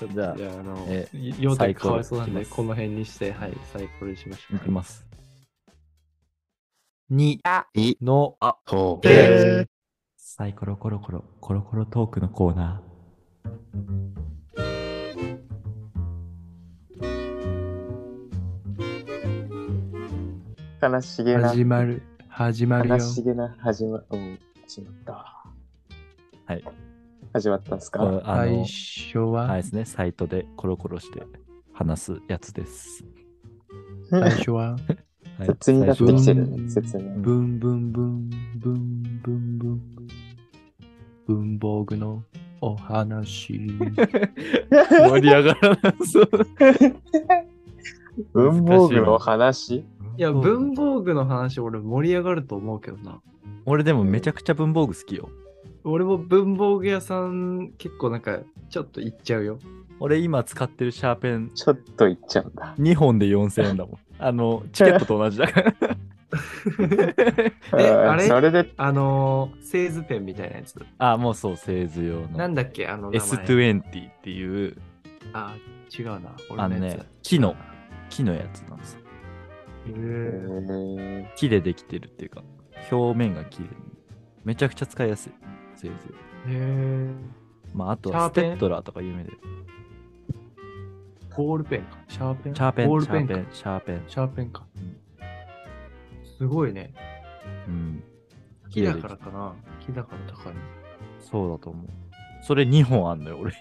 ちょっとじゃ
じゃあ、あの
え、
ヨタかわいそうなん
最
で、
高
この辺にして、はい、最高にしまし
あ、
ょ
いき
う。
ます。
に、の、あ、
ほ
え
サイコロコロコロ、コロコロトークのコーナ
悲しげな、
始まる。始まるよ
悲。しげな始ま、うん、始まったわ。
はい。
始まったんす
ー。
か
これあの
最、初は、
あれですね、サイトでコロコロして話すやつです。
最初は、
はい
切になって
最
き
初
て
は
るね、切に。
ブンブンブンブンブンブン文房具のお話
盛り上がらな そう。
文房具の話
いや文房具の話俺盛り上がると思うけどな
俺でもめちゃくちゃ文房具好きよ。
俺も文房具屋さん結構なんかちょっと行っちゃうよ
俺今使ってるシャーペン
ちょっと言っちゃうんだ。
2本で4000円だも ん。あの、チケットと同じだから。
えあれ
それで、
あのー、製図ペンみたいなやつ
あ、もうそう、製図用の。
なんだっけあの名前
S20 っていう、
あ違うな
あ
俺
の
のや
ね
つ、
木の、木のやつなんですよ。
へ
え
ー
ー、
木でできてるっていうか、表面が木で。めちゃくちゃ使いやすい。製図。
へー
まあ、あと
シャ
は
ー
ス
ペン
テッドラーとか有名で。
ボールペンかシャーペン
シャーペン、
ボー
シ
ル
ャ
ペ
ー
ン
ペ
か
ン、シャーペン。
シャーペンか
うん
すごいね
うん。
木だか
木で
ら
でき
かな木だから高い
そうだと思う。それ2本あんのよ、俺。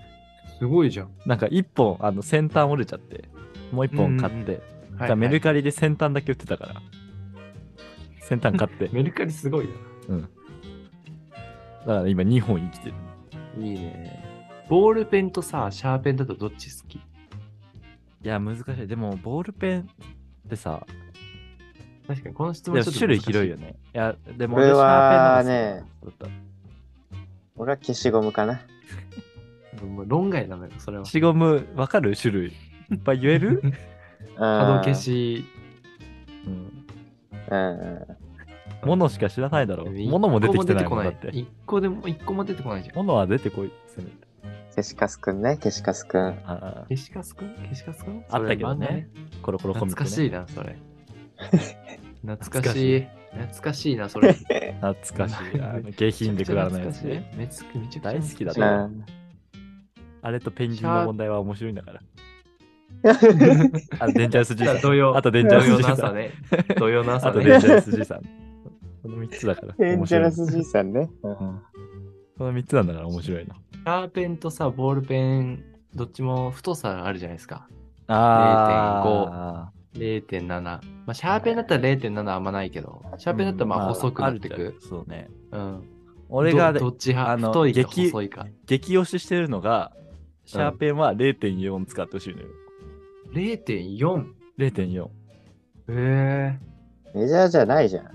すごいじゃん
なんか1本、あの、先端折れちゃって、もう1本買って、
うんうん
だ
う
からメルカリで先端だけ売ってたから。先端買って。 だ
メルカリすごい
から今2本生きてる。
な。いいね。ボールペンとさ、シャーペンだとどっち好き
いや、難しい。でも、ボールペンってさ、
確かにこの質
で
問
も
ちょっと
種類広いよ
ね。
ね。いや、でも
これはね
俺シャーペンの方が好きだっ
俺は消しゴムかな。
もう論外なのよ、それは
た。。消しゴム、わかる種類。いっぱい言え る
可
角消。し。
うん。
うん。
ものしか知らないだろう。
一
ものも出てきてない
個
もんだ
も出
って
こ。一個でも、一個も出てこないじゃん。
ものは出てこい。せめて
消しカスくんね、消しカスくん。
あ
消しカスくん消しカスくん
あったけどね。。あコロコロ
それ漫
コミッ
画懐
ク、
か
ね。
し
い。
いな、そ れ。懐かしい。懐かしいな、それ。
懐かしい。あの下品でくだらないやつ
めちゃくちゃ懐
ね。
かしいめつくめちゃくちゃ
大好きだっ
う
た。
ん。
あれとペンギンの問題は面白いんだから。
懐かしい
あ、デンジャース爺さん。
土曜。
あとデンジ
土
ャース
曜
爺
の
さ
朝
ん。
ね。 土曜の朝
あと
ね。
デンジャース爺さん。この3つだから。
エン
面
ジェ
白
ラ
い。
スじいさんね。うん
この3つなんだから面白いな。
シャーペンとさ、ボールペン、どっちも太さあるじゃないですか。
あ
0.7。まあ、シャーペンだったら0.7あんまないけど、シャーペンだったらまあ細くなって
うんまあある
く。
じゃんそうね。
うん。
俺が
どどっち派
あの
太いか
激
細いか。
激推ししてるのが、シャーペンは0.4使ってほしいのよ。
0.4。
0.4。
え
メジャーじゃないじゃん。
い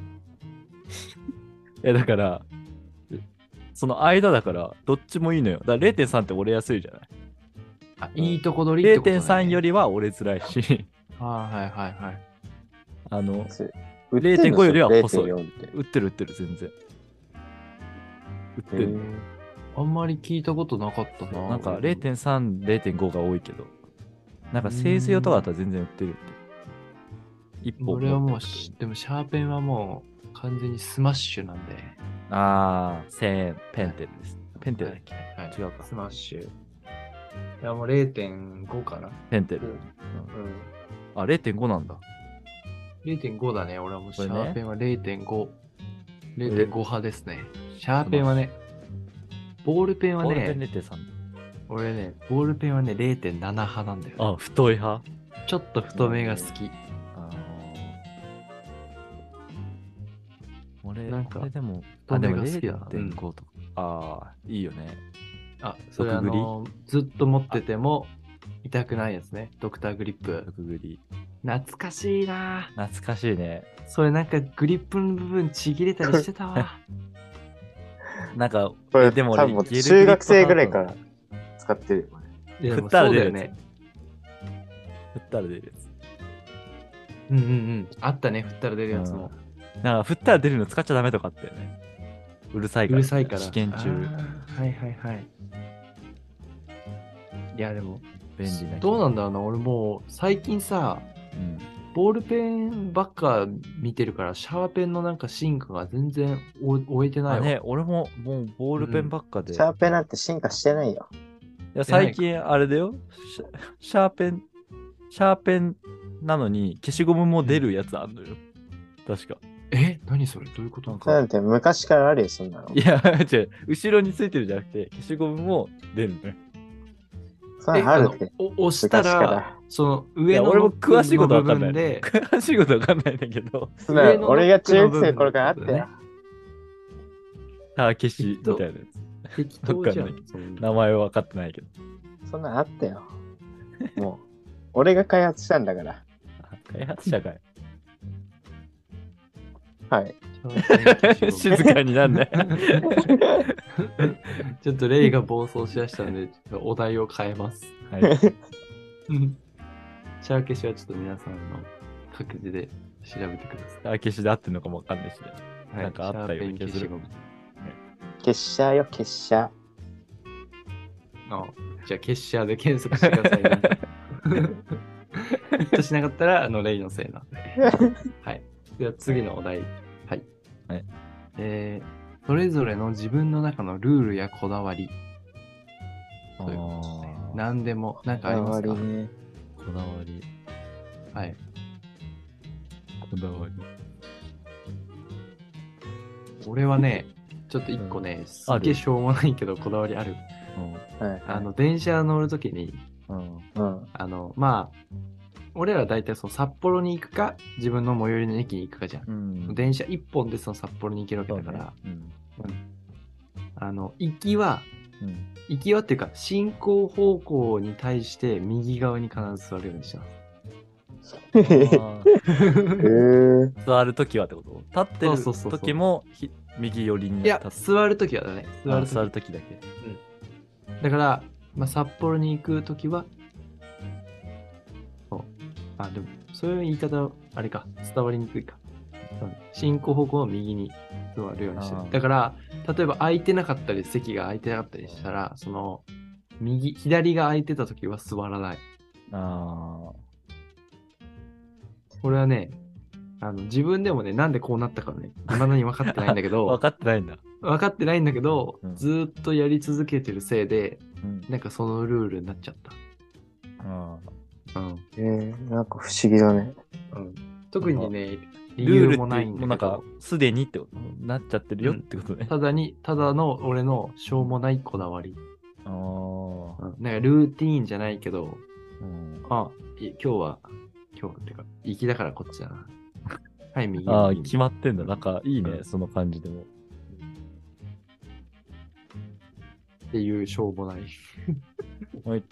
や、だから、その間だから、どっちもいいのよ。だから0.3って折れやすいじゃない。
あ、いいとこ取りってこと、ね。
0.3よりは折れづらいし、
あー。はいはいはい。
あの、
売ってんの
0.5よりは細い
0.4って。
打ってる打ってる、全然。打って
へ
る。
ー
あんまり聞いたことなかったな。
なんか0.3、0.5が多いけど、なんか製図用とかだったら全然売ってるって。一本持って
俺
る。
はもうし、でもシャーペンはもう完全にスマッシュなんで。
ああ、千円、ペンテルです。ペンテルだっけ、
はい
違うか
スマッシュ。いや、もう0.5かな。
ペンテ
う
ル。
ん。うん、
あ、0.5なんだ。
0.5だね。俺はもうシ
これ
ャ
ね
ーペンは0.5。0.5派ですね。シャーペンはね、ボールペンは
ボールペン
ね、
0.3。
俺ね、ボールペンはね、0.7派なんだよ。
あ、太い派
ちょっと太めが好き。
あー俺、
なんか
俺でも、
太
あ、で
め
も
が好きだな
0.5とか。ああ、いいよね。
あ、それあ
毒グリ
の、ずっと持ってても痛くないやつね。ドクターグリップ。
毒グリ。
懐かしいなぁ
懐かしいね。
それなんかグリップの部分ちぎれたりして たわ。
なんか、
これ、
でも俺
多分もう
ゲルグリップ
中学生ぐらいから使ってるよ。
いやで
食
も
ったら
そう
出
だ
る
よ
やつ
ね。
振ったら出るや
うんうんうん。あったね、振ったら出るやつも。
つ。なんか、振ったら出るの使っちゃダメとかあったよね。うるさいうから。
るさいから。
試験中
あ。ーはいはいはい。いやでも、
便利な。
どうなんだろうな。俺もう最近さ、
うん
ボールペンばっか見てるから、シャーペンのなんか進化が全然追追えてな
あ
いわ。
ね、俺ももうボールペンばっかで。
シャーペンなんて進化してないよ。
いや最近あれだよシャ、シャーペン、シャーペンなのに消しゴムも出るやつあんのよ。確か。
え何それどういうこと
なん
それな
か、
んて昔からあるよ、そんなの
い。や、違う、後ろについてるじゃなくて、消しゴムも出るのよ。
そんなのあるって
え。あのお押し
昔
た、
からら。
その
い
上
や、
の
俺も
ロックの
詳しいことわかんな
部
い。
分で
詳しいことわかんないんだけど、
そんなの
上の
俺が中学生の頃からあった
ロックの
よ。
ター消しみたいなや
適当じゃ
わか
ん。そん
つ。
な
名前は分かってないけ ど。
そんなのあったよ。もう、俺が開発したんだから。
あ開発者かい。
はい。
静かになんない。
ちょっとレイが暴走しだしたんで、ちょっとお題を変えます。
はい。
シャー消しはちょっと皆さんの各自で調べてくださ
ター消しで合ってんのかもわかんないしね。
い。はい
なんかあったような気がする
シャーペン消しゴム
結社よ、結社。
あじゃあ、結社で検索してください、ね。 ヒットしなかったら、あの、レイのせいなんで。 はい。では、次のお題。はい。
はい
えー、それぞれの自分の中のルールやこだわり、
あ
ということですね。
ー
何でも、なんかありますか
周りね。
こだわり、
はい。
こだわり。
俺はね、ちょっと一個ね、すっげえしょうもないけど、こだわりある。
はい。
あの、電車乗るときに、
うん。うん。
うん。
あの、まあ、俺ら大体その札幌に行くか、自分の最寄りの駅に行くかじゃん。
うん。
電車一本でその札幌に行けるわけ
そう
だ
ね
から、
うん。
あの、行きは、
うん
行きはっていうか、進行方向に対して右側に必ず座るようにしてます。
え
あ ー
ー、
座るときはってこと立って
そうそうそうそ
る
う
ときもひ右寄りに
いや、
立つ
座るときはだね。座
あ
る
座
と
るときだけ。
き。だから、まあ、札幌に行くときは、そう。あ、でも、そういう言い方、あれか、伝わりにくいか。うん進行方向を右に座るようにして
あ
る。
ー
だから、例えば空いてなかったり、席が空いてなかったりしたら、その、右、左が空いてたときは座らない。
あ
これはね、あの自分でもね、なんでこうなったかね、未だに分かってないんだ け
あ。分
ど、
かってないんだ。
分かってないんだけど、
うん
ずーっとやり続けてるせいで、
うん。
なんかそのルールになっちゃっ
あ
た。うん。
えー、なんか不思議だね。
特にね、
ー
理
ルー
由
ル
も
も
な
ないい
ん
ん
だ
だ
け
なん
ど
か、、すでにってことなっちゃってるよってことね。
ただに、ただの俺のしょうもないこだわり。
ああ。
うんなんかルーティーンじゃないけど、
うん
あ、い今日は、今日はってか、行きだからこっちだな。 はい、右。
ああ、
右
決まってんだ。なんか、いいうね
ん。
その感じでも。
っていうしょうもない。
はい。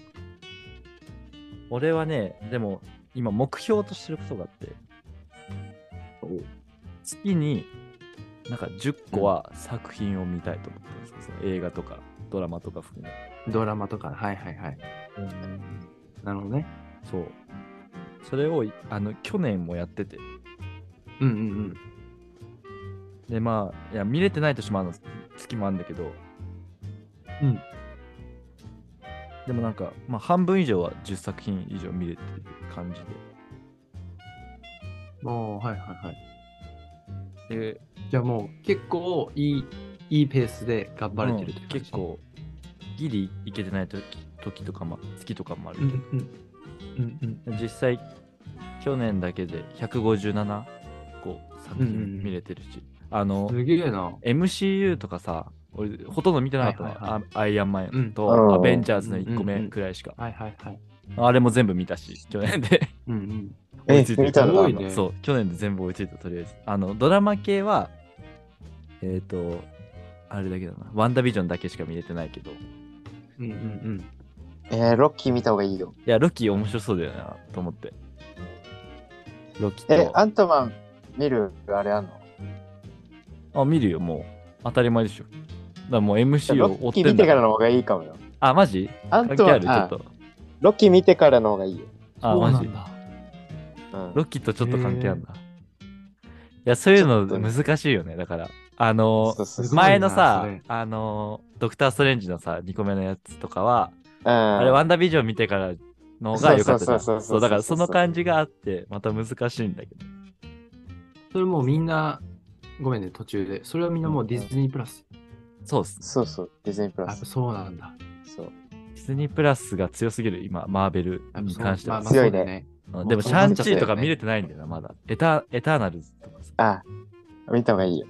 俺はね、でも、今、目標としてることがあって、月になんか10個は作品を見たいと思ってるんですけど、その映画とかドラマとか含め。
ドラマとか、はいはいはい。なるほどね。
そう。それをいあの去年もやってて、
うんうん
でまあ、いや見れてない年もあるの月もあるんだけど、
うん。
でもなんか、まあ、半分以上は10作品以上見れてる感じ
うん。もう、はいはいはい。
で。で、
じゃあもう結構いい、いいペースで頑張れてるっ
うん
て感じ
結。構、ギリいけてない時時とかも、月とかもある
う
けど、
んうん。うんうん。
実際去年だけで157個作
うんうんうん
品見れてるし、あの
すげえな。
MCU とかさ俺ほとんど見てなかったの、
はいはいは
あアイアンマンと、
うん
アベンジャーズの1個目くらいしか、
はいはいはい。
あれも全部見たし去年で
うん
追
うん。
え
いつい、て
見たん
すご
だ
い。ね
そう去年で全部追いついたとりあえずあのドラマ系はえっ、とあれだけだなワンダービジョンだけしか見れてないけどい
うんうんうん。
えー、ロッキー見た方がいいよ。
やロキ面白そうだよなと思ってロキと
え、アントマン見るあれあんの
あ、見るよ、もう。当たり前でしょ。だからもう
い
MC
やロ
を追
ッ
っ
キ
て
ー見
んだ
てからの方がいいかもよ。
あ、マジ
ア
関係
ント
あ
マ
る
ン、
ちょっ
あ
と。
ロッキー見てからの方がいいよ。
あ、
そう
マ
な
ジ
ん。だ。
うん
ロッキーとちょっと関係あるな。いや、そういうの
ちょっと
難しいよね。だから、あの
そうそ
ー、
す
うそう
ごいな
前のさ
それ、
あのー、ドクター・ストレンジのさ、2個目のやつとかは、
うん、
あれ、ワンダービジョン見てからのが良かったじゃん。
そうそうそうそうそ
そ
う
う、だからその感じがあって、また難しいんだけど。
それもうみんな、ごめんね、途中で。それはみんなもうディズニープラス。
そうっすね。
そうそう、ディズニープ
あ
ラス。
そうなんだ。
そう。
ディズニープラスが強すぎる、今、マーベルに関して
まあ
は
まあ
そ。強いね
そうだね。
うんでも、シャンチーとか見れてないんだよな、まだ。エタエターナルズとかさ。
あ、見た方がいいよ。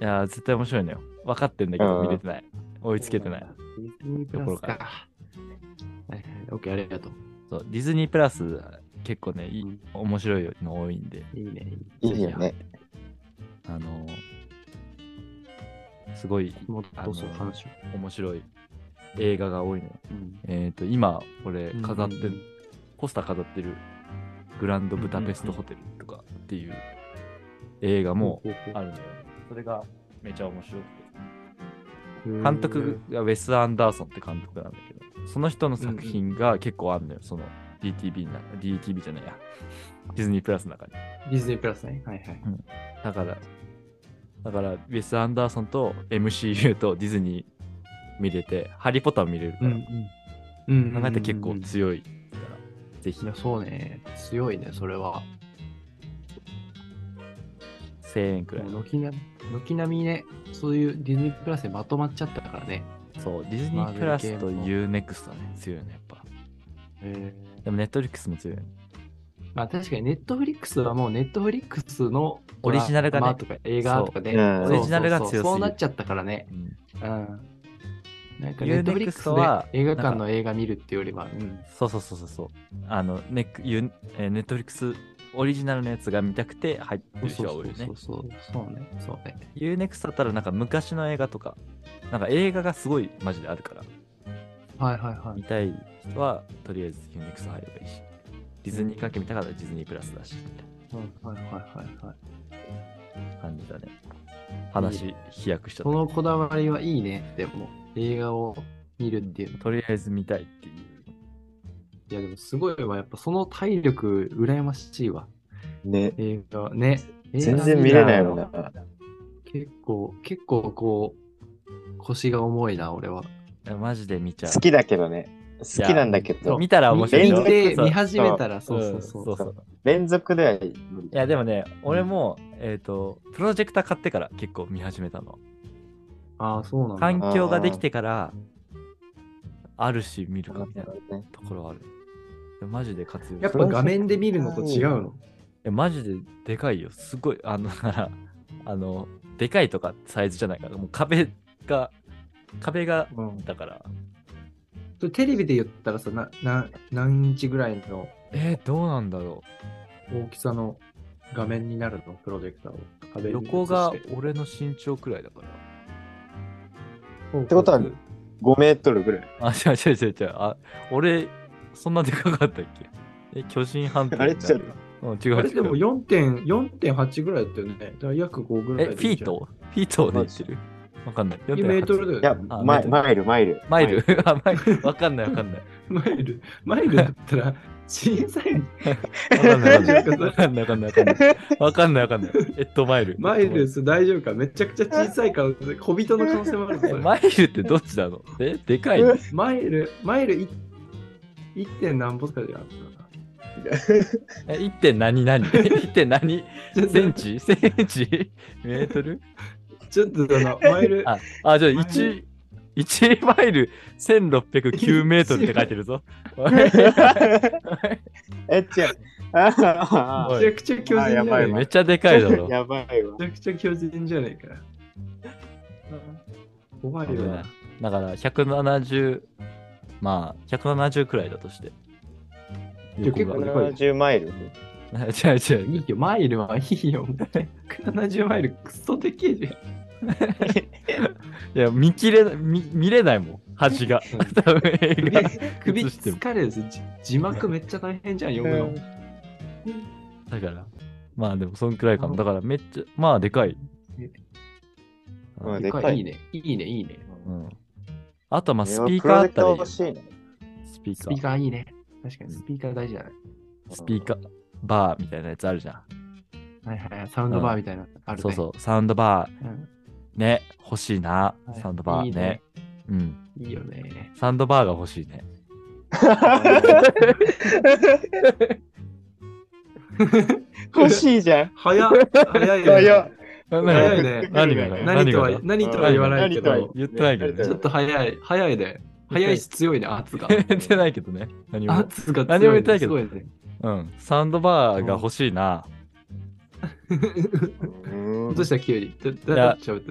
いやー、絶対面白いのよ。分かってんだけ
う
ど、
ん
見れてない。追いつけてない。。
ディズニープラスか。はいはい。オッケー、ありがとう。
そう、ディズニープラス、結構ね、いい
うん
面白いの多いんで、
いいね。
いいよね。
あのーすごい
もっとその話を。
面白い映画が多いのよ。
うん
えっ、と、今、俺、飾って、
うん
ポスター飾ってる、グランドブダペストホテルとかっていう映画も
ほうほうほ
あるのよ。それがめちゃ面白くて。
う
監督がウェス・アンダーソンって監督なんだけど、その人の作品が結構あるのよ、その DTV な、DTV じゃないや、ディズニープラスの中に。
ディズニープラスね。はいはい。
だから、だから、ウェス・アンダーソンと MCU とディズニー見れて、ハリー・ポッターも見れるから、
うん。う
考
ん。
えて結構
うんい
強いから、ぜひ
や、そうね。強いね、それは。
1000円くらい
もう
の。
軒並み、軒並みね、そういうディズニープラスでまとまっちゃったからね。
そう、ディズニープラスと UNEXT はね、強いよね、やっぱ。
え
でも、ネットフリックスも強いよね。
まあ確かにネットフリックスはもうネットフリックスの
オリジナルがね
ドラマとか映画とかね。
そううん
そうそう
オリジナルが強すぎる
そうなっちゃったからね。
うん
うん。なんかネットフリックス
UNEXT は
で映画館
なん
の映画見るっていうよりは、うん。
そうそうそうそうそう。あの、ネック、ユンえー、ネットフリックスオリジナルのやつが見たくて入ってる人が多いよね
そう。そうそうそうね。そうね。
UNEXT だったらなんか昔の映画とか、なんか映画がすごいマジであるから、
はいはいは
見たい人はとりあえず UNEXT 入ればいいし、ディズニー関係見たかったらディズニープラスだし、みたい
い。はいはいはいはい。
な感じだね。話、飛躍しちゃ
そ
っ
のこだわりはいいね。でも、映画を見るっていうの
た。とりあえず見たいっていう。
いやでもすごいわ。やっぱその体力、羨ましいわ。
ね。
映画ね。
全然見れない
わ
もんな。
結構、結構こう、腰が重いな、俺は。
いやマジで見ちゃ
好きだけどね。好きなんだけ
う。
ど
見、たら面白いよ
見て、
そう
見始めたら、そううんそ
そうう
そう。
そう。
連続では無理
いやでもね、俺も、えっ、と、プロジェクター買ってから結構見始めたの。
ああ、そうなんだ。
環境ができてから、あるし見るかみたいな
ね。
ところはある。でマジで活用
やっ
す
ぱ
る。
画面で見るのと違うの。
えマジででかいよ。すごい。あの、だからあの、でかいとかサイズじゃないから、もう壁が、壁が、
うん
だから。
それテレビで言ったらさ、な、な、何インチぐらいの
えーどうなんだろ
大きさの画面になるの、プロジェクターを。
う。
壁に映して
横が俺の身長くらいだから。
って
てことは5メートルぐらい。
あ、違う違う違う違う。あ、俺、そんなでかかったっけえ、巨人判定になる。
あれちょっと
うん、違う。
あれでも4点4.8ぐらいだったよね。だから約5ぐら
え、
い
フ
でい
ィー
いじゃん。
トフィートで言ってるわかんない。
2メート
4.8
ルだ
や
よ、ね。
あ
マイ
マ
マイル、マイル。
マイル あ、マイル。わかんないわかんない。
マイル、マイルだったら小さ い。
わかんないわかんない
マイル
わかんないわかんないわかんない。わかんないわかんない。えっと、マイル。
マイルです、大丈夫か。めちゃくちゃ小さい可能性、小人の可能性もある ぞ
え
それ
マイルってどっちなのえ、でか いの
マイル、マイルい1点何歩とかじゃなかったか
え、1. 点何何 ?1. 点何
な
センチセンチメートル
ちょっとその、マイル、
あ、あ、じゃあ1、1マイル1609メートルって書いてるぞ。
え、違う。あ
お
め
い
ちゃくちゃ巨人じゃ
あやば
ないい
わ
めっちゃでかいだ
あ、
ろ。
やばいわ。
めちゃくちゃ巨人じゃないから。怖い
危な
わ
い。だから170、まあ170くらいだとして。
いや結構でかい
70マイル。
違う違う。
いいよ、マイルはいいよ。170マイル、クソでけえじゃん。
いや、見切れ、見見れないもん、端が。 多分 映
首
画、
首
映しても
疲れるですじ字幕めっちゃ大変じゃん、読むの。
だから、まあでもそんくらいかも。だからめっちゃ、まあでかい。
まあ
で
で
か
か
いい
い。
いね、いいね、いいね。
うん。あと、まあスピー
プロ
カーあっ
ジェク
たらい
ター
いよ
欲しいね。
スピー
ス
カ
ピー
ー、
カーいいね。確かに、スピーカー大事だね。
スピーカー、バーみたいなやつあるじゃん。
はいはいはい、サウンドバーみたいなのあるね。
そうそう、サウンドバー、
うん。
ね、欲しいな
は。い
サウンドバー
いい
ね
ね。
うん。
いいよね。
サウンドバーが欲しいね。
欲しいじゃん。
早っ早いよね
早っ。
早い
何
ね。
何が
何とは
何が
何とは言わないけ
何とは
ど、
言ってないけど
ちょ
ね
っ。と早い、早いで。早いし強いね、圧 が。
言ってないけどね。何も。
圧が強い、ね。
何も言ってないけど
すごいね
うん。サウンドバーが欲しいな。
うん
どうしたキュウリだ
いや
だだっちゃうって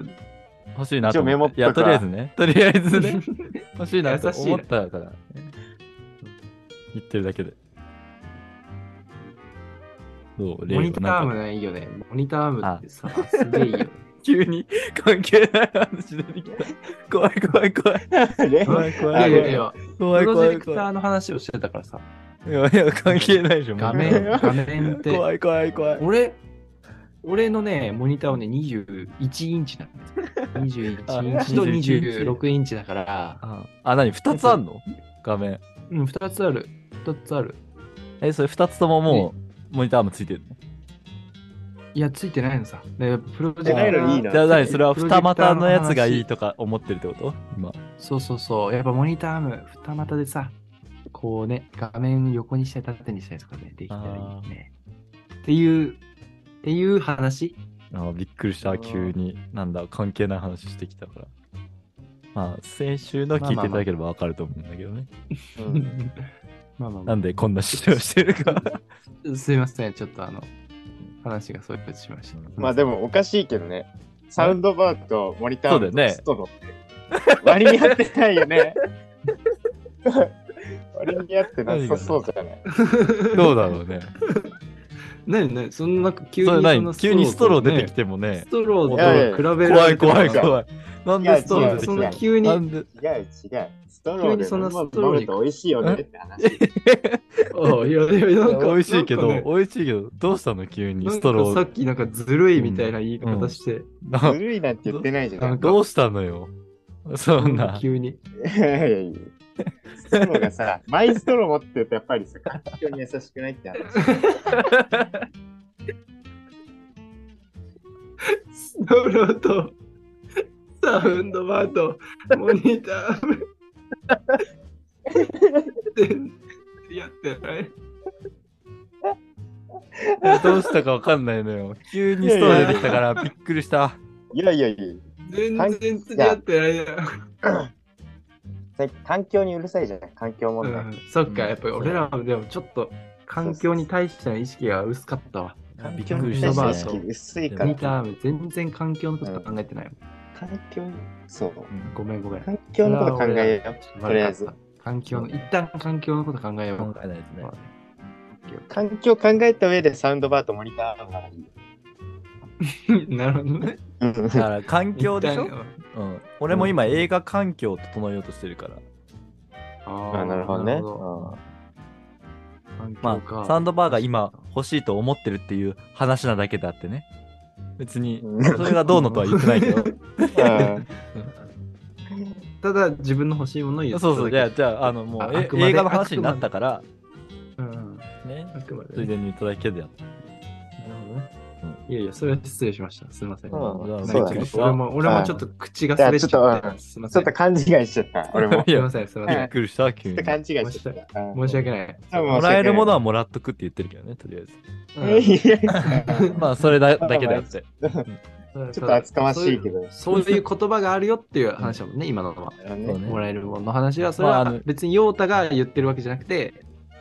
欲しいなと思って。
一応メモっとく
い
わ
や、とりあえずね。とりあえずね。 欲しいなと
優しいね
思ったからね。言ってるだけで。どうレイは
モニター
なん
アー
か
ムないいよね。モニターアームってさ、すげえい いよね。
急に関係ない話出てきた。怖い怖い怖い。
レイ
怖い
い
怖
や
い怖
いやい
い。
や、プ
怖い
ロジ
怖い
ェクタ
怖
ーの話をしてたからさ、
い。いやいや、関係ないでしょ。もう
画面、
怖い
画面って、
怖い怖い怖い。
俺、俺のね、モニターはね、21インチなの。21インチと26インチだから、
あ、あ何 ?2 つあんの画面。
うん、2つある。2つある。
え、それ2つとももう、モニターアームついてるの
いや、ついてないのさ。でプロジ
て
ェ
な
ク
い
タ
のいい
ー。
な。
じゃあ何それは
プロジェ
二
クター
股
の
のやつがいい
話
とか思ってるってこと今。
そうそうそう。やっぱモニターアーム、二股でさ、こうね、画面横にしたり縦にしたりとかね、できたらいいね。っていう、っていう話。
あびっくりした、急に。なんだ、関係ない話してきたから。まあ、先週の聞いていただければわかると思うんだけどね。
うん
まあまあま
なんでこんな主張してるか。
あ、すいません。ちょっとあの、話がそういうことしました。
まあでもおかしいけどね。サウンドバーとモニター
そうだよね
とストロって割に合ってない よね。割に合ってなさそうじゃない。
どうだろうね。
何何そんな急に
それ
そんな
何急にストロー出てき
て、
てもね
ス。トロ
いや
ー
いや
と比べら
怖
れ
い
ても
怖い
さ
怖い。なんでストロー出て
そ
きた
んな
の
急に、
なんで
違う違う。ストローで
急にそのスト
飲
ロー
む
に
と美味しいよねって話。
おういやいやいやなんか
美味しいけど、
なんかね
美味しいけど、どうしたの急に
なん
ストロ
か
ー
さっきなんかずるいみたいな言い方して、
な
ずるいなんて言ってないじゃな
ないん。か
どうしたのよ。そん
なん
な
か。急に。
いやいやいやストローがさ、マイストロー持ってるとやっぱりさ、環境に優しくないって話。
ストローとサウンドバーとモニタ ーでやってない。
どうしたかわかんないのよ。急にストーリー出てきたからびっくりした。
いやいやいや
全然釣り合ってないやん、
さ環境にうるさいじゃない、環境問題。
うんそっか、やっぱり俺らはでもちょっと環境に対しての意識が薄かったわ。
びっ
環境
くり
に
し
対
た
して
バー
意識
と。
薄いか
モニ
ら、
ターアーム全然環境のこと考えてないわ。
環境に、そう。
ごめんごめん。
環境のこと考えよう。とりあえず。
環境の、一旦環境のこと考えよう。
えないですね
まあね
環境考えた上でサウンドバーとモニターがいい。
なるほどね。
うん
だから環境でしょ
一、旦
うん、俺も今映画環境を整えようとしてるから。
あー
あなるほどね。
なるほど環
ま
境
あ、
か
サンドバーが今欲しいと思ってるっていう話なだけであってね。別に、
うん
それがどうのとは言ってない けど。
ただ、自分の欲しいものを言った
そう
だけ
そう、じゃあ、じゃあ、あの、もう
あ
え
あくまで
映画の話になったから、
うん
ね、
あくまで
つい
ね。
でに言っただけであって。
なるほどね。いやいや、それは失礼しました。すみません。
うん
び
そう
っ
だ
く
ね
りした俺も、俺もちょっと口が滑っちゃって。すみま
ち
せ
ょっ
ん。
と勘違いしちゃった、俺も。
い
す
ち
み
や
ま、せん、すみま
び
せ
は
っ
ん。
くりした、急
ょっ
に
と。勘違いしちゃった。う
申
ん
し訳ない。
多分
もらえるものはもらっとくって言ってるけどね、とりあえず。
うん
いやいや
まあ、それだだけであって。
ちょっと厚かましいけど。
そういうそういう言葉があるよっていう話だもんね、今のは。
あのね
そうね
もらえるものの話は、それ
まああ
は
の
別に陽太が言ってるわけじゃなくて、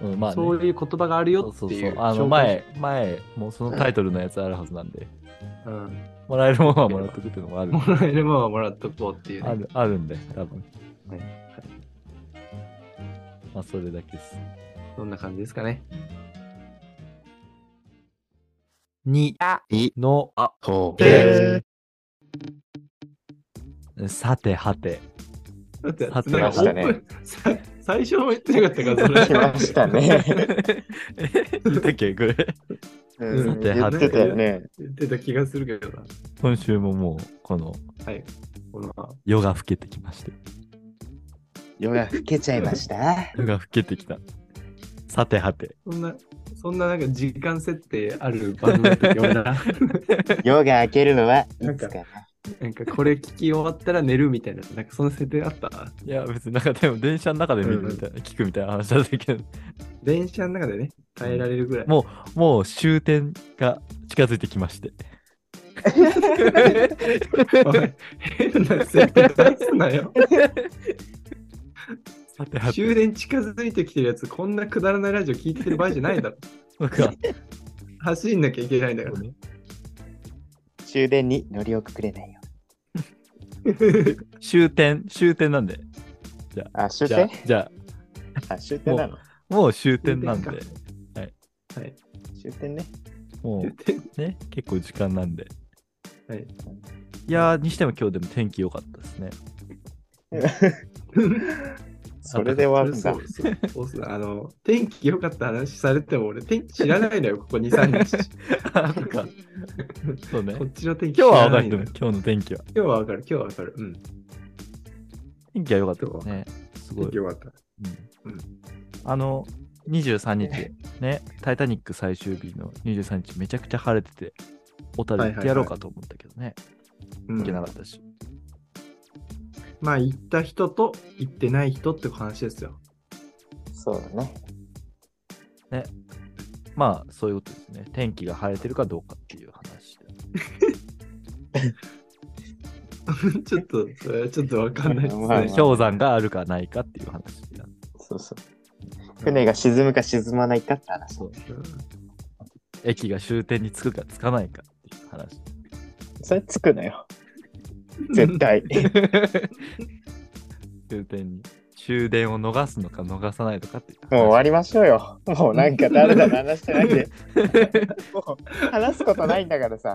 うん、まあ、ね。
そういう言葉がある
そう
よって
そうそ
いうう。
あの、
紹介
前、前、もうそのタイトルのやつあるはずなんで、
うん
もらえるものはもらっとくっていうの もある。
もらえるものはもらっとこうっていうね。
あるあるんで、多分。
はい
まあ、それだけです。
そんな感じですかね。に、
の、あ、
と
え
さては て。
だって、
さて
なんかオープン、さ最初も言ってなかったから、そ
来
れ。
ましたね。
言ったっけこれ。
う
さ
ん
て
言
は
っててたよね。
言ってた気がするけどな。
今週ももう、この、
はい。この、
夜が更けてきまして。
夜が更けちゃいました。
夜が更けてきた。さてはて。
そんな、そんななんか時間設定ある番組だったっけ 俺ら
夜が明けるのはいつかな。
なんかこれ聞き終わったら寝るみたいな、なんかそんな設定あった
いや、別になんかでも電車の中で見るみたいな、聞くみたいな話だったけど、
電車の中でね、耐えられるぐらい。
ももう終点が近づいてきまして。
おい変な設定出すなよ。
さてはて。
終電近づいてきてるやつ、こんなくだらないラジオ聞いてる場合じゃないだろ。
僕は
走んなきゃいけないんだから。
終電に乗り遅れないよ。
終点、終点なんで。
あ、終
じゃあ
点、
じゃ
あ、終点なの。
あもう終点なんで、
終点ね。
も
終点
うね、結構時間なんで。
はい。
いやー、にしても今日でも天気良かったですね。
それで終わるん
そ
だ
う。そうそうそうあの、天気良かった話されても俺、天気知らないのよ、ここ2、3日。
あそっかそうね。
こ
今
っちの天気
日は分かる
知ら
と思
ないうのよ
今日の天気は。
今日はわかる、今日はわかる。うん。
天気は良かったですね。すご
天
い
気。良かった。
うんあの、23日、ね、タイタニック最終日の23日、めちゃくちゃ晴れてて、小樽行ってやろうかと思ったけどね、
う、
行けなんかったし。
まあ、行った人と行ってない人って話ですよ。
そうだね。
まあ、そういうことですね。天気が晴れてるかどうかっていう話で。
ちょっと、それはちょっとわかんないです
まあまあ
ね。
氷山があるかないかっていう話だ
そうそう。船が沈むか沈まないかって話。
そう駅が終点に着くか着かないかっていう話。
それつくなよ。絶 対。
終点に。終電を逃すのか逃さないとかっていう話。
もう終わりましょうよ。もうなんかだらだら話してない で。もう話すことないんだからさ。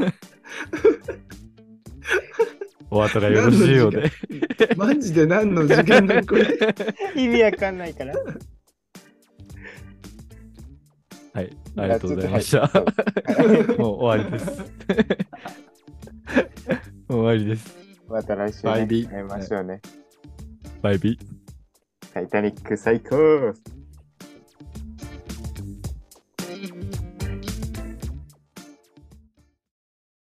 お後がよろしいようで。
マジで何の時間だこれ。
意味わかんないから。
はい。ありがとうございました。
そうはい
もう終わりです。 もう終わりです。
また来週、
バイ
ね、
ビー
会いましょうね。
バイビー。
タイタニック最高